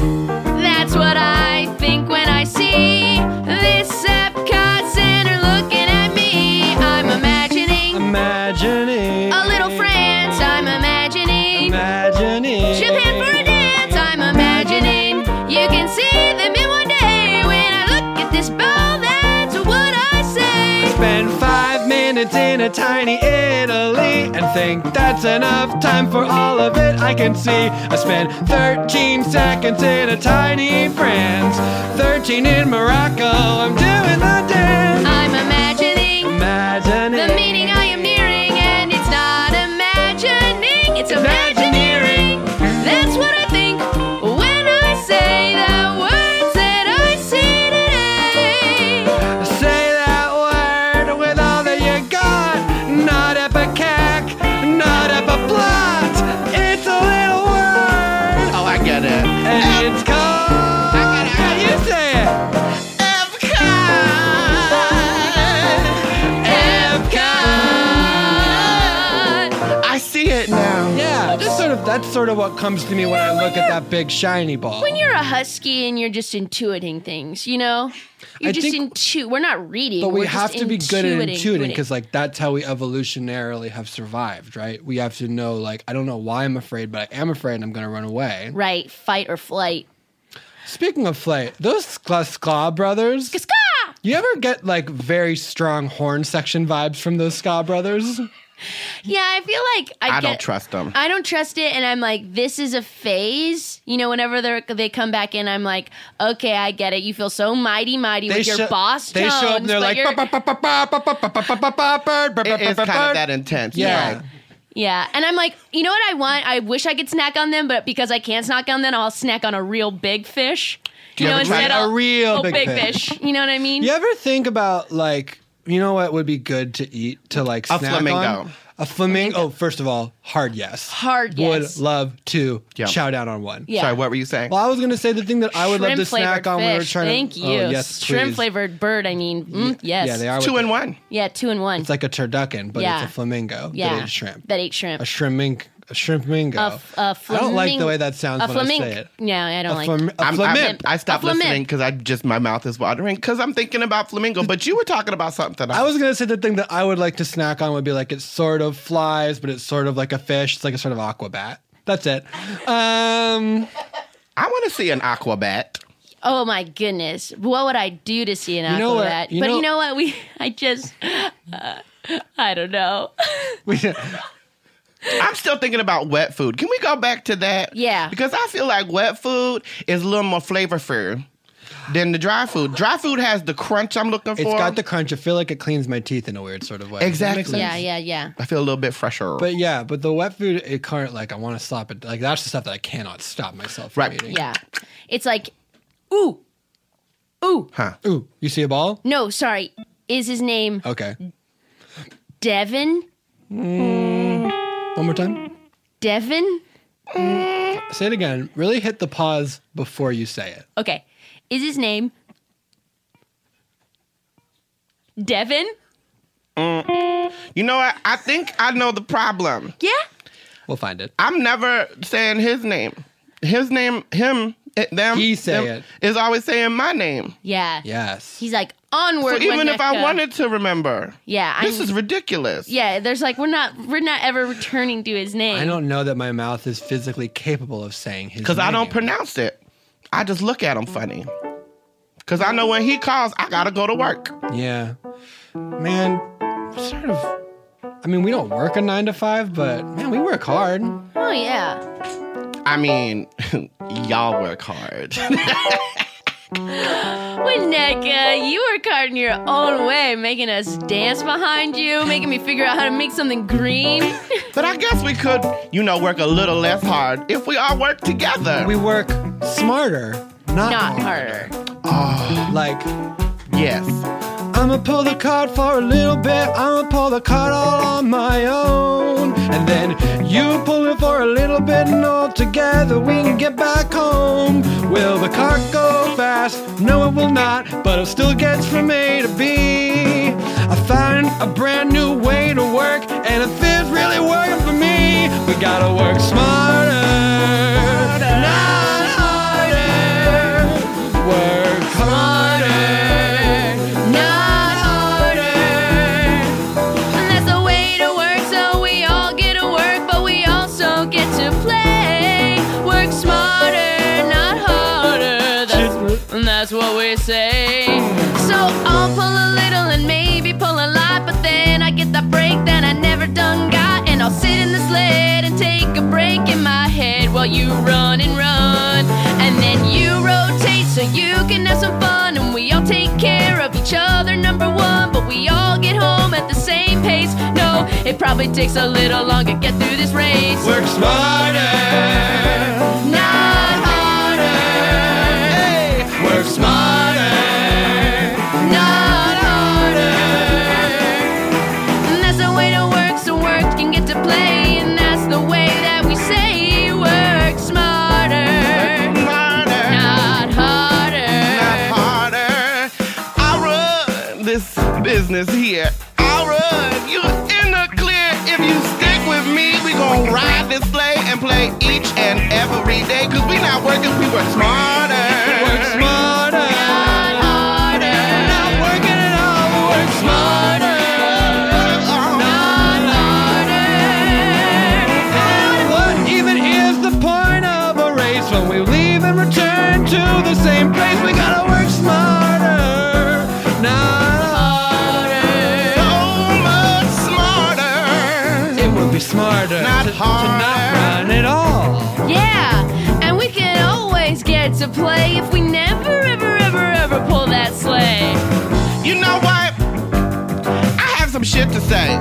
That's what I think when I see this Epcot Center looking at me. I'm imagining
Imagining.
a little France. I'm imagining
Imagining.
Japan for a dance. I'm imagining you can see them in one day. When I look at this bowl, that's what I say.
Spend five minutes in a tiny Italy and think that's enough time for all of it I can see. I spent 13 seconds in a tiny France, 13 in Morocco. I'm doing the dance.
I'm imagining
Imagine
the
it.
meaning I am nearing, and it's not imagining, it's imagineering. That's what I think when I say the words that I say today.
Say that word.
Oh,
Uh,
that's sort of what comes to me when I look at that big shiny ball.
When you're a husky and you're just intuiting things, you know, you're
I
just
think-
intu. We're not reading,
but we
we're
have
just
to be good at intuiting
intuiting.
because like that's how we evolutionarily have survived, right? We have to know like I don't know why I'm afraid, but I am afraid and I'm going to run away.
right, fight or flight.
Speaking of flight, those Skla Skla brothers.
Ska!
You ever get like very strong horn section vibes from those Ska brothers?
Yeah, I feel like I,
I don't
get-
trust 'em.
I don't trust it, and I'm like, this is a phase. You know, whenever they they come back in, I'm like, okay, I get it. You feel so mighty, mighty with your
sho-
boss
They
tones.
show up and they're
but
like,
you're-
it
It is kind of that intense.
Yeah.
right.
yeah. And I'm like, you know what I want? I wish I could snack on them, but because I can't snack on them, I'll snack on a real big fish.
you ever try a real
oh,
big
fish. You know what I mean?
You ever think about like you know what would be good to eat to like
A
snack
flamingo.
on? A flamingo. Oh, first of all, hard yes.
Hard
Would
yes.
love to
Yeah.
chow down on one.
Yeah.
Sorry, what were you saying?
Well, I was gonna say the thing that I would love to snack
Shrimp-flavored
on when we were
fish.
trying
Thank
to.
you.
Oh, yes,
Shrimp
please.
flavored bird. I mean, mm, yes.
Yeah, they are
Two
with-
in one.
Yeah, two and one.
It's like a turducken, but
Yeah.
it's a flamingo.
yeah,
that ate shrimp.
That ate shrimp.
a shrimp mink. A shrimp mingo.
A f- a
I don't like the
flaming-
way that sounds
a
when I
flamingo.
say it.
Yeah, I don't
A,
like.
flam- a
I'm,
flamin-
I'm, I stopped
A flamin-
listening because I just my mouth is watering because I'm thinking about flamingo. But you were talking about something.
I was gonna say the thing that I would like to snack on would be like it sort of flies, but it's sort of like a fish. It's like a sort of aquabat. That's it. Um, *laughs*
I want to see an aquabat.
oh my goodness, what would I do to see an
You know what-
aquabat?
you
but
know-
you know what? We, *laughs* I just, uh, I don't know.
we,
I'm still thinking about wet food. Can we go back to that?
Yeah.
Because I feel like wet food is a little more flavorful than the dry food. Dry food has the crunch I'm looking for.
it's got the crunch. I feel like it cleans my teeth in a weird sort of way. Does that make
Exactly.
sense?
yeah, yeah, yeah.
I feel a little bit fresher.
But yeah, but the wet food, it can't like I want to stop it. Like that's the stuff that I cannot stop myself from
Right.
eating.
Yeah. It's like, ooh, ooh.
huh.
Ooh, you see a ball?
No, sorry. Is his name
Okay.
Devin?
One more time.
Devin?
Say it again. Really hit the pause before you say it.
Okay. Is his name Devin?
You know what? I think I know the problem.
Yeah.
We'll find it.
I'm never saying his name. His name, him, it- them.
He say
them
it.
Is always saying my name.
Yeah.
Yes.
He's like onward.
So even if I
Winnetka."
wanted to remember,
Yeah.
this
I'm-
is ridiculous.
Yeah, there's like we're not we're not ever returning to his name.
I don't know that my mouth is physically capable of saying his.
Because I don't
name.
pronounce it. I just look at him funny. Because I know when he calls, I gotta go to work.
Yeah. Man, sort of. I mean, we don't work a nine to five, but man, we work hard.
Oh yeah.
I mean, *laughs* y'all work hard. *laughs*
Winneka, you were card in your own way, making us dance behind you, making me figure out how to make something green.
but I guess we could, you know, work a little less hard if we all work together.
We work smarter, not,
not
hard.
harder.
Like,
yes.
I'ma pull the card for a little bit, I'ma pull the card all on my own. And then you pull it for a little bit, and all together we can get back home. Will the cart go fast? No, it will not, but it still gets from A to B. I found a brand new way to work, and if it's really working for me, we gotta work smarter, not harder. Work harder, not harder.
And that's the way to work, so we all get to work, but we also get to play. Work smarter, not harder. That's, and that's what we say. So I'll pull a little and maybe pull a lot, but then I get the break that I never done got. And I'll sit in the sled and take a break in my head while you run and run. And then you rotate so you can have some fun, and we all take care of each other, number one, but we all get home at the same pace. No, it probably takes a little longer to get through this race.
Work smarter,
Not harder.
work smarter.
Not harder. And that's the way to work, so work can get to play. And that's the way that we say work smarter.
Harder,
Not harder.
harder. I run this business here. I run. You're in the clear. If you stick with me, we gonna ride this sleigh and play each and every day. Cause we not working, we work smarter. Work smarter. Not harder. Not working at all, we work smarter. Not harder.
And what even is the point of a race when we leave and return to the same place? We gotta work smarter, not harder.
So much smarter.
It would be smarter
Not
to, to
harder.
not run at all.
Yeah, and we can always get to play if we never, ever, ever, ever pull that sleigh.
You know what? I have some shit to say.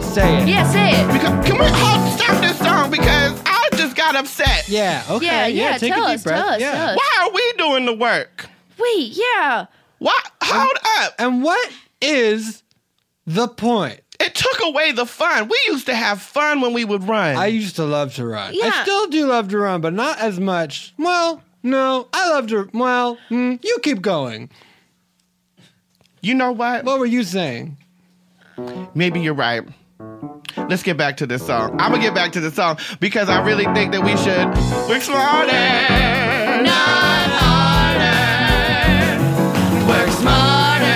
Say it.
Yeah, say it.
Because can we hold stop this song because I just got upset.
Yeah. Okay.
Yeah, yeah,
take
tell
a deep
us,
breath.
tell us,
yeah.
tell us.
Why are we doing the work?
Wait, yeah.
Why hold up.
And what is the point?
It took away the fun. We used to have fun when we would run.
I used to love to run. I
Yeah.
still do love to run, but not as much. Well, no, I love to. Well, mm, you keep going.
you know what?
What were you saying?
Maybe you're right. Let's get back to this song. I'm gonna get back to this song because I really think that we should work smarter, not harder. Work
Wait,
smarter.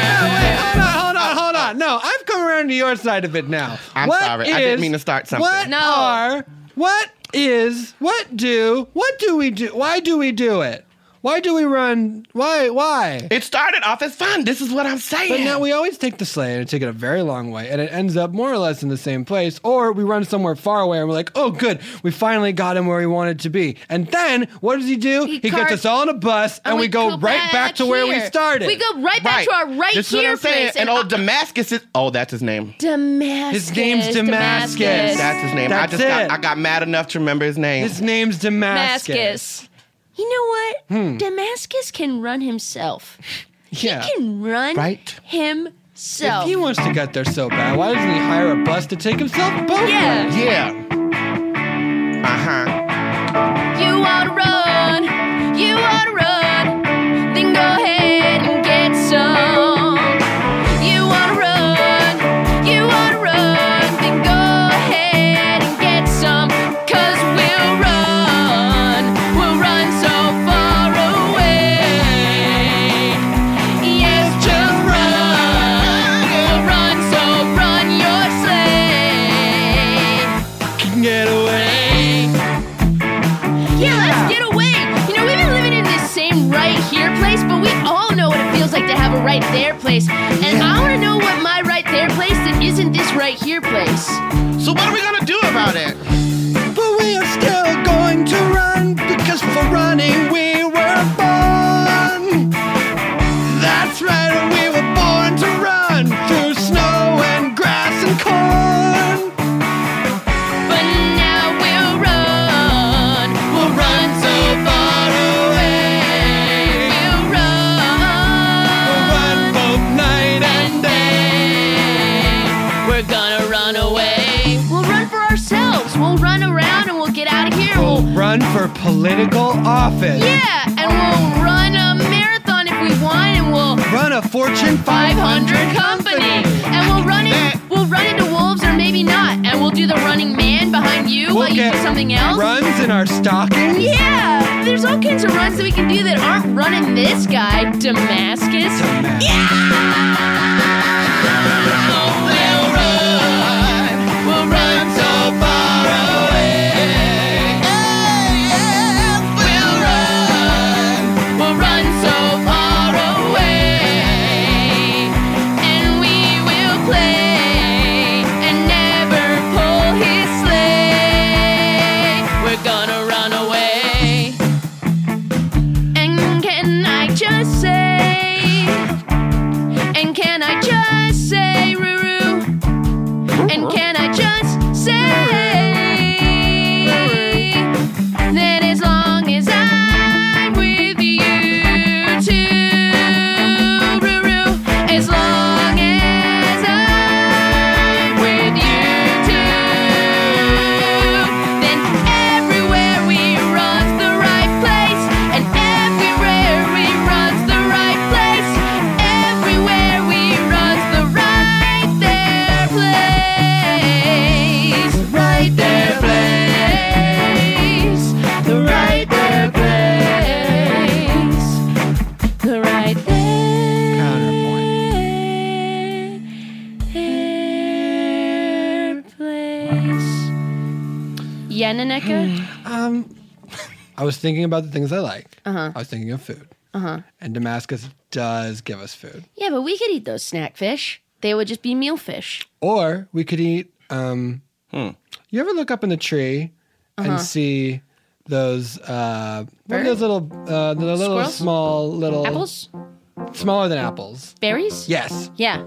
hold on, hold on, hold on. No, I've come around to your side of it now.
I'm sorry. I didn't mean to start something.
What
No.
are, what is, what do, what do we do? Why do we do it? Why do we run? Why, why?
It started off as fun. This is what I'm saying.
But now we always take the sleigh and take it a very long way, and it ends up more or less in the same place, or we run somewhere far away and we're like, oh, good, we finally got him where he wanted to be. And then what does he do? He,
He
gets
cart-
us all on a bus and, we, go, right back, to where we
here.
started.
We go right back to our right
this is
here
what I'm saying.
place.
And old Damascus is. Oh, that's his name.
Damascus.
His name's Damascus. Yes.
That's his name.
That's
I just got,
it.
I got mad enough to remember his name.
His name's Damascus. Hmm.
Damascus. You know what? Damascus can run himself.
Yeah.
He can run
Right.
himself.
If he wants to get there so bad, why doesn't he hire a bus to take himself both
yeah.
yeah. Uh huh.
You ought to run, you ought to run, then go ahead and get some. You ought to run, you ought to run, then go ahead and get some. Cause we'll run, we'll run so far away. Yes, just run, we'll run, so run your sleigh.
can get away.
Yeah, let's get away. You know, we've been living in this same right here place, but we all know what it feels like to have a right there place. And I want to know what my right there place that isn't this right here place.
So what are we gonna do about it?
But we are still going to run because for running we were born. That's right, we were born to run through snow and grass and corn.
But now we'll run. We'll run so far away. We'll run.
Run both night and
day. We're gonna run away. We'll run for ourselves. We'll run around and we'll get out of here. We'll
run for political office.
Yeah, and we'll run a marathon if we want, and we'll
Run a Fortune
500
500
company, and we'll run it. We'll run into wolves or maybe not, and we'll do the running man behind you
We'll
while you
get
do something else.
Runs in our stockings.
Yeah, there's all kinds of runs that we can do that aren't running this guy, Damascus.
We'll run so far away. We'll run.
We'll run so far away, and we will play and never pull his sleigh. We're gonna run away. And can I just say? And can I just say, Ruru? And can I just say? That as long as I'm with you too, Ruru, as long as I'm with you too, then everywhere we run's the right place, and everywhere we run's the Micah?
I was thinking about the things I like. Uh-huh. I was thinking of food. Uh-huh. And Damascus does give us food.
yeah, but we could eat those snack fish. They would just be meal fish.
Or we could eat. Um, You ever look up in a tree and see those uh, what are
Uh-huh. Bird?
those little uh, the little
Squirrels?
small little
Apples?
smaller than apples?
Berries?
Yes.
Yeah.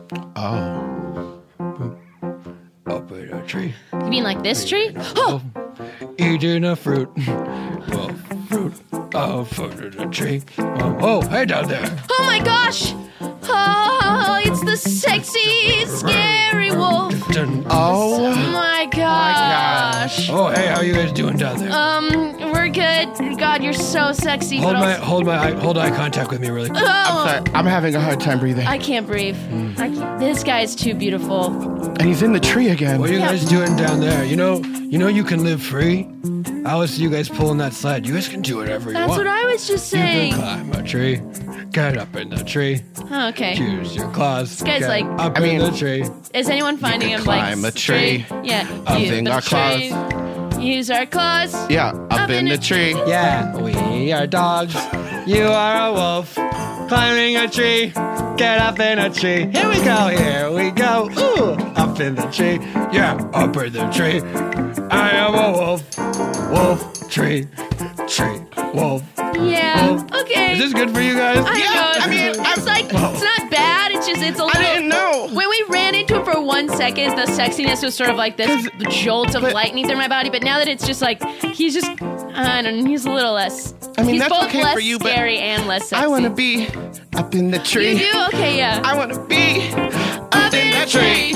Up in a tree,
You mean like this tree? Oh,
eating a fruit. *laughs* Oh, fruit. Oh, fruit in a tree. Oh, oh, hey down there.
oh my gosh! Oh, it's the sexy, scary wolf.
Dun- Oh.
Oh my gosh.
Oh, hey, how you guys doing down there?
Um, we're good. God, you're so sexy.
hold
but
my
also-
hold my eye, hold eye contact with me really quick.
Oh,
Sorry, I'm having a hard time breathing.
I can't breathe. I can't- this guy's too beautiful.
And he's in the tree again.
What are you
Yeah.
guys doing down there? You know, you know, you can live free. I always see you guys pulling that sled. You guys can do whatever
That's
you want.
what I was just
You can
saying.
climb a tree, get up in the tree,
Oh, okay.
use your claws.
guy's
get
like-
up
I
in
mean-
the tree.
Is anyone finding
can
him
climb a
like
tree,
straight? Yeah.
up
use
in
the
our
tree, Use our claws.
Yeah, up, in, the tree.
Yeah, we are dogs. You are a wolf, climbing a tree. Get up in a tree. Here we go. Here we go. Ooh, up in the tree. Yeah, up in the tree. I am a wolf. Wolf tree, tree wolf.
Yeah. Okay.
Is this good for you guys?
I
Yeah,
don't know.
I mean, I'm-
it's like it's not bad. It's just it's a
I
little.
didn't know.
When we ran into him for one second, the sexiness was sort of like this jolt of
but-
lightning through my body. But now that it's just like he's just, I don't know, he's a little less.
I mean,
he's
that's
both
okay
less
for you, but
scary and less sexy.
I want to be up in the tree.
You do? Okay, yeah.
I want to be up in the tree.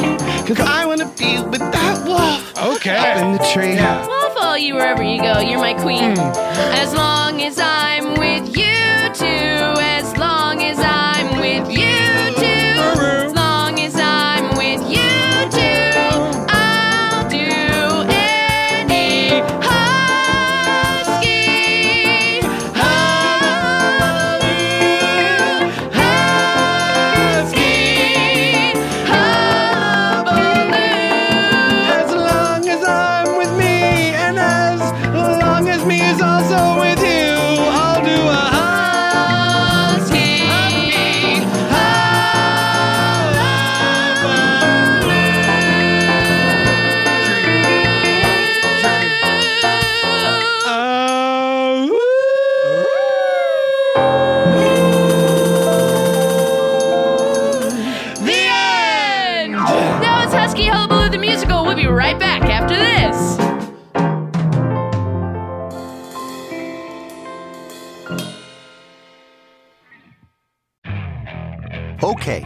Cause I want to be with that wolf.
Okay.
Up in the tree.
Yeah.
I'll follow you wherever you go. You're my queen. As long as I'm with you two. As long as I'm with you two. As long as I'm with you two. I'll do any husky. Hullabaloo. Husky. Hullabaloo.
As long as I'm with me, and as long as me is also with you, I'll do a
Now it's Husky Hullabaloo the musical. We'll be right back after this.
Okay,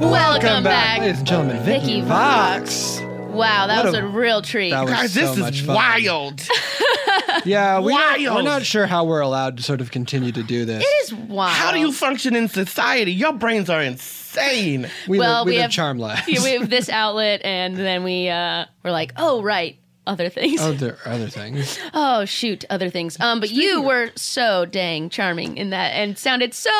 Welcome back.
ladies and gentlemen. Vicky
Vicky
Vox.
Wow, that
What
was
a-
a real treat.
That was
Guys,
so
this
much
is
fun.
wild.
Yeah, we are
Wild.
we're not sure how we're allowed to sort of continue to do this.
it is wild.
How do
Um,
*laughs*
you function in society? Your brains are insane.
We
well,
live,
*laughs*
we
we
live
have-
charm lives.
Yeah, we have this outlet, and then we uh, were like, oh right, other things.
Oh, there are *laughs* other things.
Oh shoot, other things. Um, but you were so dang charming in that, and sounded so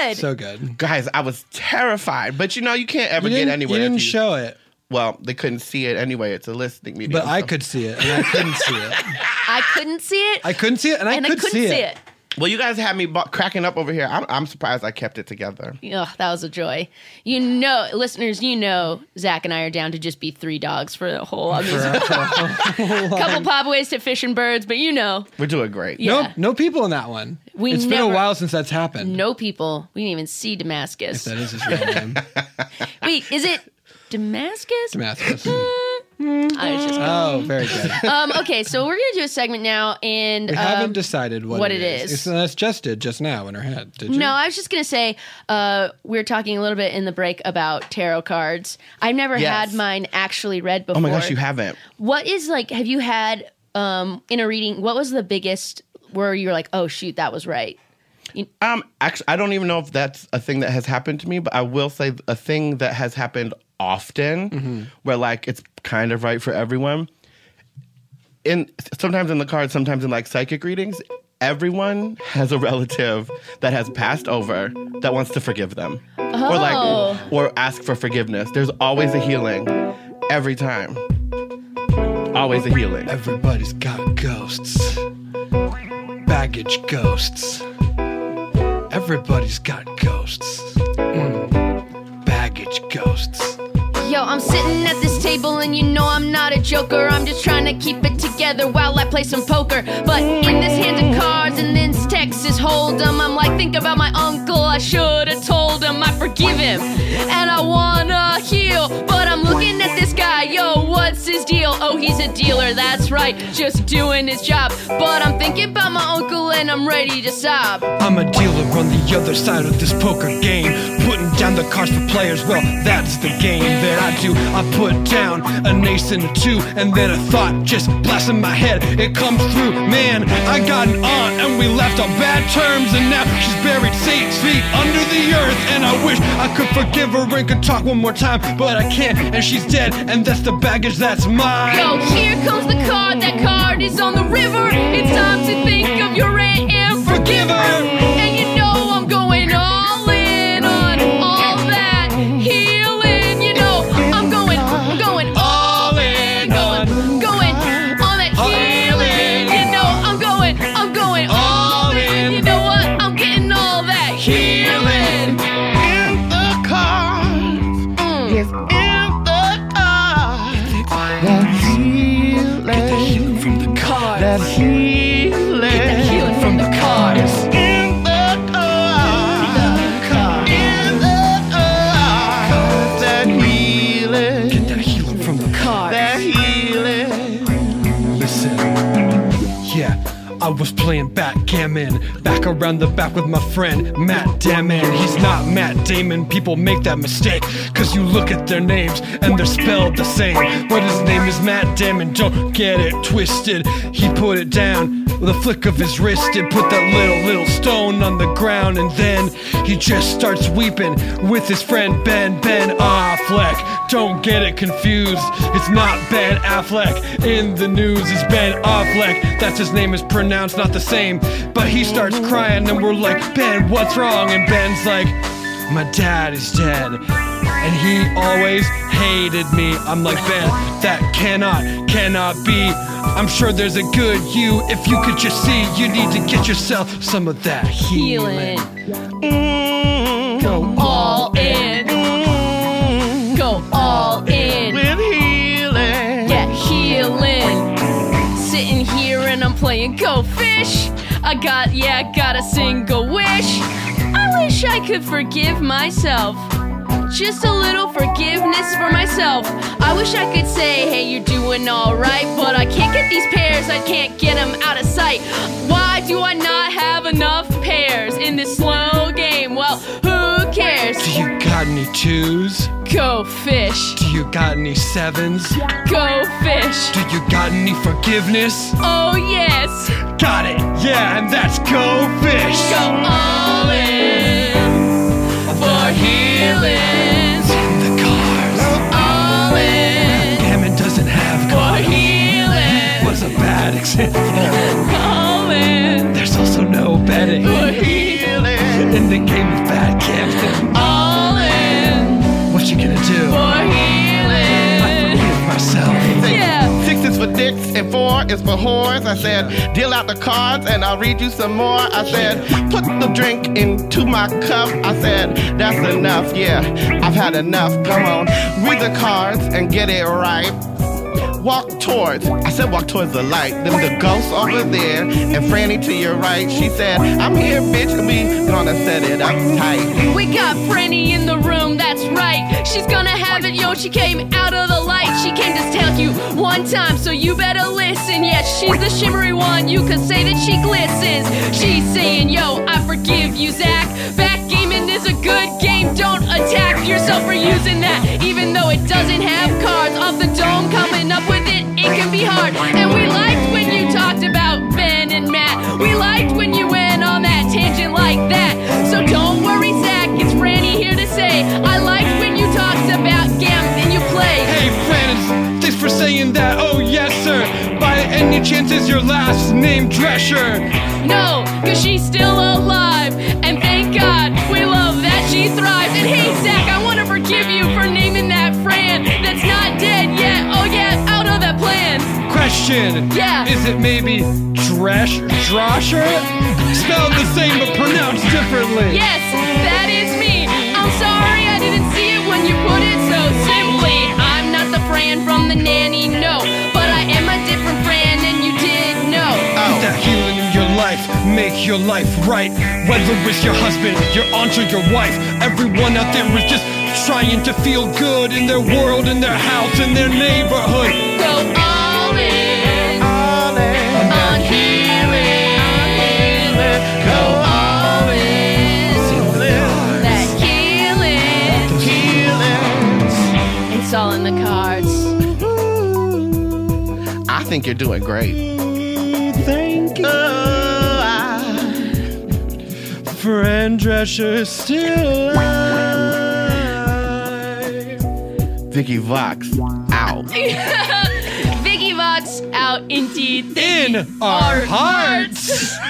good.
good.
Guys, I was terrified, but you know, you can't ever
You
get
didn't-
anywhere.
you
if
didn't show it.
Well, they couldn't see it anyway. It's a listening meeting.
But I could see it, and I couldn't see it.
I couldn't see it.
I couldn't see it,
and I And I could couldn't see see it.
Well, you guys had me bu- cracking up over here. I'm, I'm surprised I kept it together.
Oh, that was a joy. You know, listeners, you know, Zach and I are down to just be three dogs for the whole
*laughs*
of
*laughs*
couple pop ways to fish and birds, but you know,
We're doing great.
Yeah.
No, no people in that one.
We
It's been
never-
a while since that's happened.
no people. We didn't even see Damascus.
That is his real
*laughs*
name,
Wait, is it Damascus?
Damascus.
I was just-
oh, very
*laughs*
good.
um, okay, so we're gonna do a segment now, and
We
um,
haven't decided what,
what
it
it
is.
is.
It's- That's just did just now in her head. Did you?
No, I was just gonna say uh, we were talking a little bit in the break about tarot cards. I've never
Yes.
had mine actually read before.
Oh my gosh, you haven't.
What is like? Have you had um, in a reading? What was the biggest where you were like, oh shoot, that was right?
Um, actually, I don't even know if that's a thing that has happened to me, but I will say a thing that has happened often, where like it's kind of right for everyone. In sometimes in the cards, sometimes in like psychic readings, everyone has a relative that has passed over that wants to forgive them, or
Oh.
like or ask for forgiveness. There's always a healing, every time. Always a healing.
Everybody's got ghosts. Baggage ghosts. Everybody's got ghosts. Mm. Baggage ghosts.
Yo, I'm sitting at this table and you know I'm not a joker. I'm just trying to keep it together while I play some poker. But in this hand of cards and then this Texas Hold'em, I'm like, think about my uncle. I should've told him I forgive him and I wanna heal. But I'm looking at this guy, yo, what's his deal? Oh, he's a dealer, that's right, just doing his job. But I'm thinking about my uncle and I'm ready to sob.
I'm a dealer on the other side of this poker game. Putting down the cards for players, well, that's the game that I do. I put down an ace and a two, and then a thought just blasts in my head. It comes through, man. I got an aunt, and we left on bad terms, and now she's buried six feet under the earth. And I wish I could forgive her and could talk one more time, but I can't, and she's dead, and that's the baggage that's mine.
Yo, here comes the card. That card is on the river. It's time to think of your aunt and forgive her. And you know I'm going all in on all that healing. You know I'm going, I'm going all in, going, going on that healing. You know I'm going, I'm going all in. You know what? I'm getting all that healing.
In the car.
Mm.
in the That healing from the cards. That healing. Get that healing from the cards. In the cards. In the cards. That healing. Get that healing from the
cards.
That healing.
Listen, yeah, I was playing backgammon back around the back with my friend Matt Damon. He's not Matt Damon, people make that mistake because you look at their names and they're spelled the same. But his name is Matt Damon, don't get it twisted. He put it down with a flick of his wrist and put that little, little stone on the ground, and then he just starts weeping with his friend Ben, Ben Affleck. Don't get it confused, it's not Ben Affleck. In the news is Ben Affleck, that's his name is pronounced not the same. But he starts crying, and we're like, Ben, what's wrong? And Ben's like, my dad is dead, and he always hated me. I'm like, Ben, that cannot, cannot be. I'm sure there's a good you if you could just see. You need to get yourself some of that healing. Go
all in. Go all in.
With healing.
Yeah, healing. Sitting here and I'm playing Go Fish. I got, yeah, I got a single wish. I wish I could forgive myself. Just a little forgiveness for myself. I wish I could say, hey, you're doing alright, but I can't get these pairs, I can't get them out of sight. Why do I not have enough pairs in this slow game? Well, who cares?
Do you got any twos?
Go fish.
Do you got any sevens?
Go fish.
Do you got any forgiveness?
Oh, yes.
Got it, yeah, and that's go fish.
Go all in for healing.
The cars.
All in
Hammond doesn't have
for healing. Coming.
There's also no betting.
We're healing.
In the game of bad gambling.
All in.
What you gonna do?
We're healing.
Forgive myself.
Yeah.
Six is for dicks and four is for whores. I said, deal out the cards and I'll read you some more. I said, put the drink into my cup. I said, that's enough, yeah, I've had enough. Come on, read the cards and get it right. Walk towards, I said, walk towards the light. Then the ghost over there and Franny to your right. She said, I'm here, bitch, and we gonna set it up tight.
We got Franny in the room, that's right. She's gonna have it, yo. She came out of the light. She came to tell you one time, so you better listen. Yeah, she's the shimmery one. You could say that she glistens. She's saying, yo, I forgive you, Zach. Back gaming is a good game. Don't attack yourself for using that, even though it doesn't have cards. Off the dome, coming up with it, it can be hard. And we liked when you talked about Ben and Matt. We liked when you went on that tangent like that. So don't worry, Zach, it's Franny here to say, I liked when you talked about Gams and you play.
Hey, Franny, thanks for saying that. Oh, yes, sir. By any chance, is your last name Drescher?
No, cause she's still alive. And thank God, we love that she thrives. And hey, Zach, I wanna forgive you for naming that Fran that's not dead yet. Oh, yeah, out of that plan.
Question.
Yeah.
Is it maybe Dresh, Drosher? Spelled the same but pronounced differently.
Yes, that is me. I'm sorry I didn't see it when you put it so simply. I'm not the Fran from the nanny, no. But I am a different Fran than you did know.
That healing in your life, make your life right. Whether it's your husband, your aunt, or your wife, everyone out there is just trying to feel good in their world, in their house, in their neighborhood.
Go all in.
All in.
On healing.
Go
all in. That healing. It's all in the cards. *laughs*
I think you're doing great. Thank you.
Friend Drescher still
Vicky Vox, out.
Vicky Vox out indeed.
in our
Our
hearts. Oh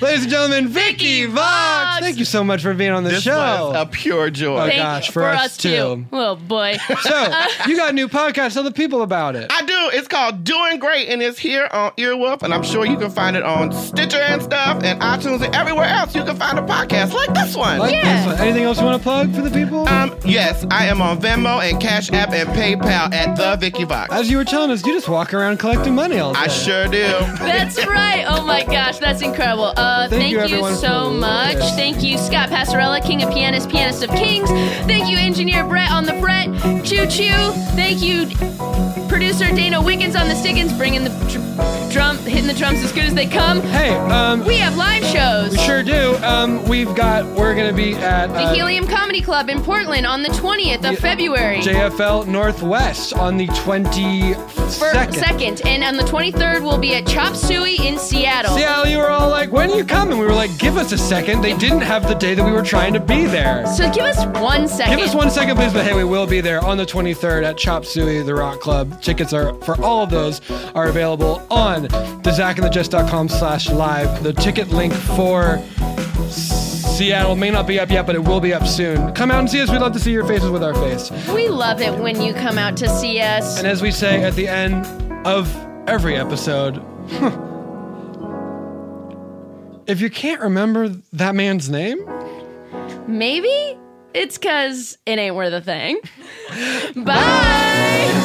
Ladies and gentlemen, Vicky Vox. Thank you so much for being on the
This
show.
was a pure joy.
Oh,
Thank
gosh,
you.
for, us, too.
Oh
*laughs*
boy.
so, you got a new podcast. Tell the people about it.
I do. It's called Doing Great, and it's here on Earwolf, and I'm sure you can find it on Stitcher and stuff, and iTunes, and everywhere else you can find a podcast like this one.
Like this one. Anything else you want to plug for the people?
Um, yes, I am on Venmo and Cash App and PayPal at the Vicky Vox.
As you were telling us, you just walk around collecting money all day.
I sure do.
That's right. Oh my gosh, that's incredible. Uh,
Thank
thank,
you,
you,
everyone,
so
for
much.
this.
Thank you, Scott Passarella, King of Pianists, Pianist of Kings. Thank you, Engineer Brett on the fret. Choo choo. Thank you, producer Dana Wiggins on the Stiggins, bringing the dr- drum, hitting the drums as good as they come.
Hey, um,
We have live shows.
we sure do. Um, we've got, we're going to be at
The
uh,
Helium Comedy Club in Portland on the 20th of February.
JFL Northwest on the 22nd.
For second. And on the 23rd, we'll be at Chop Suey in Seattle.
Seattle, you were all like, when are you coming? We were like, give us a second. They didn't have the day that we were trying to be there.
So give us one second.
Give us one second, please. But hey, we will be there on the 23rd at Chop Suey, the Rock Club. Tickets are for all of those are available on thezackandthejess.com slash live. The ticket link for Seattle may not be up yet, but it will be up soon. Come out and see us. We'd love to see your faces with our face.
We love it when you come out to see us.
And as we say at the end of every episode, *laughs* if you can't remember that man's name,
Maybe it's because it ain't worth a thing. *laughs* Bye.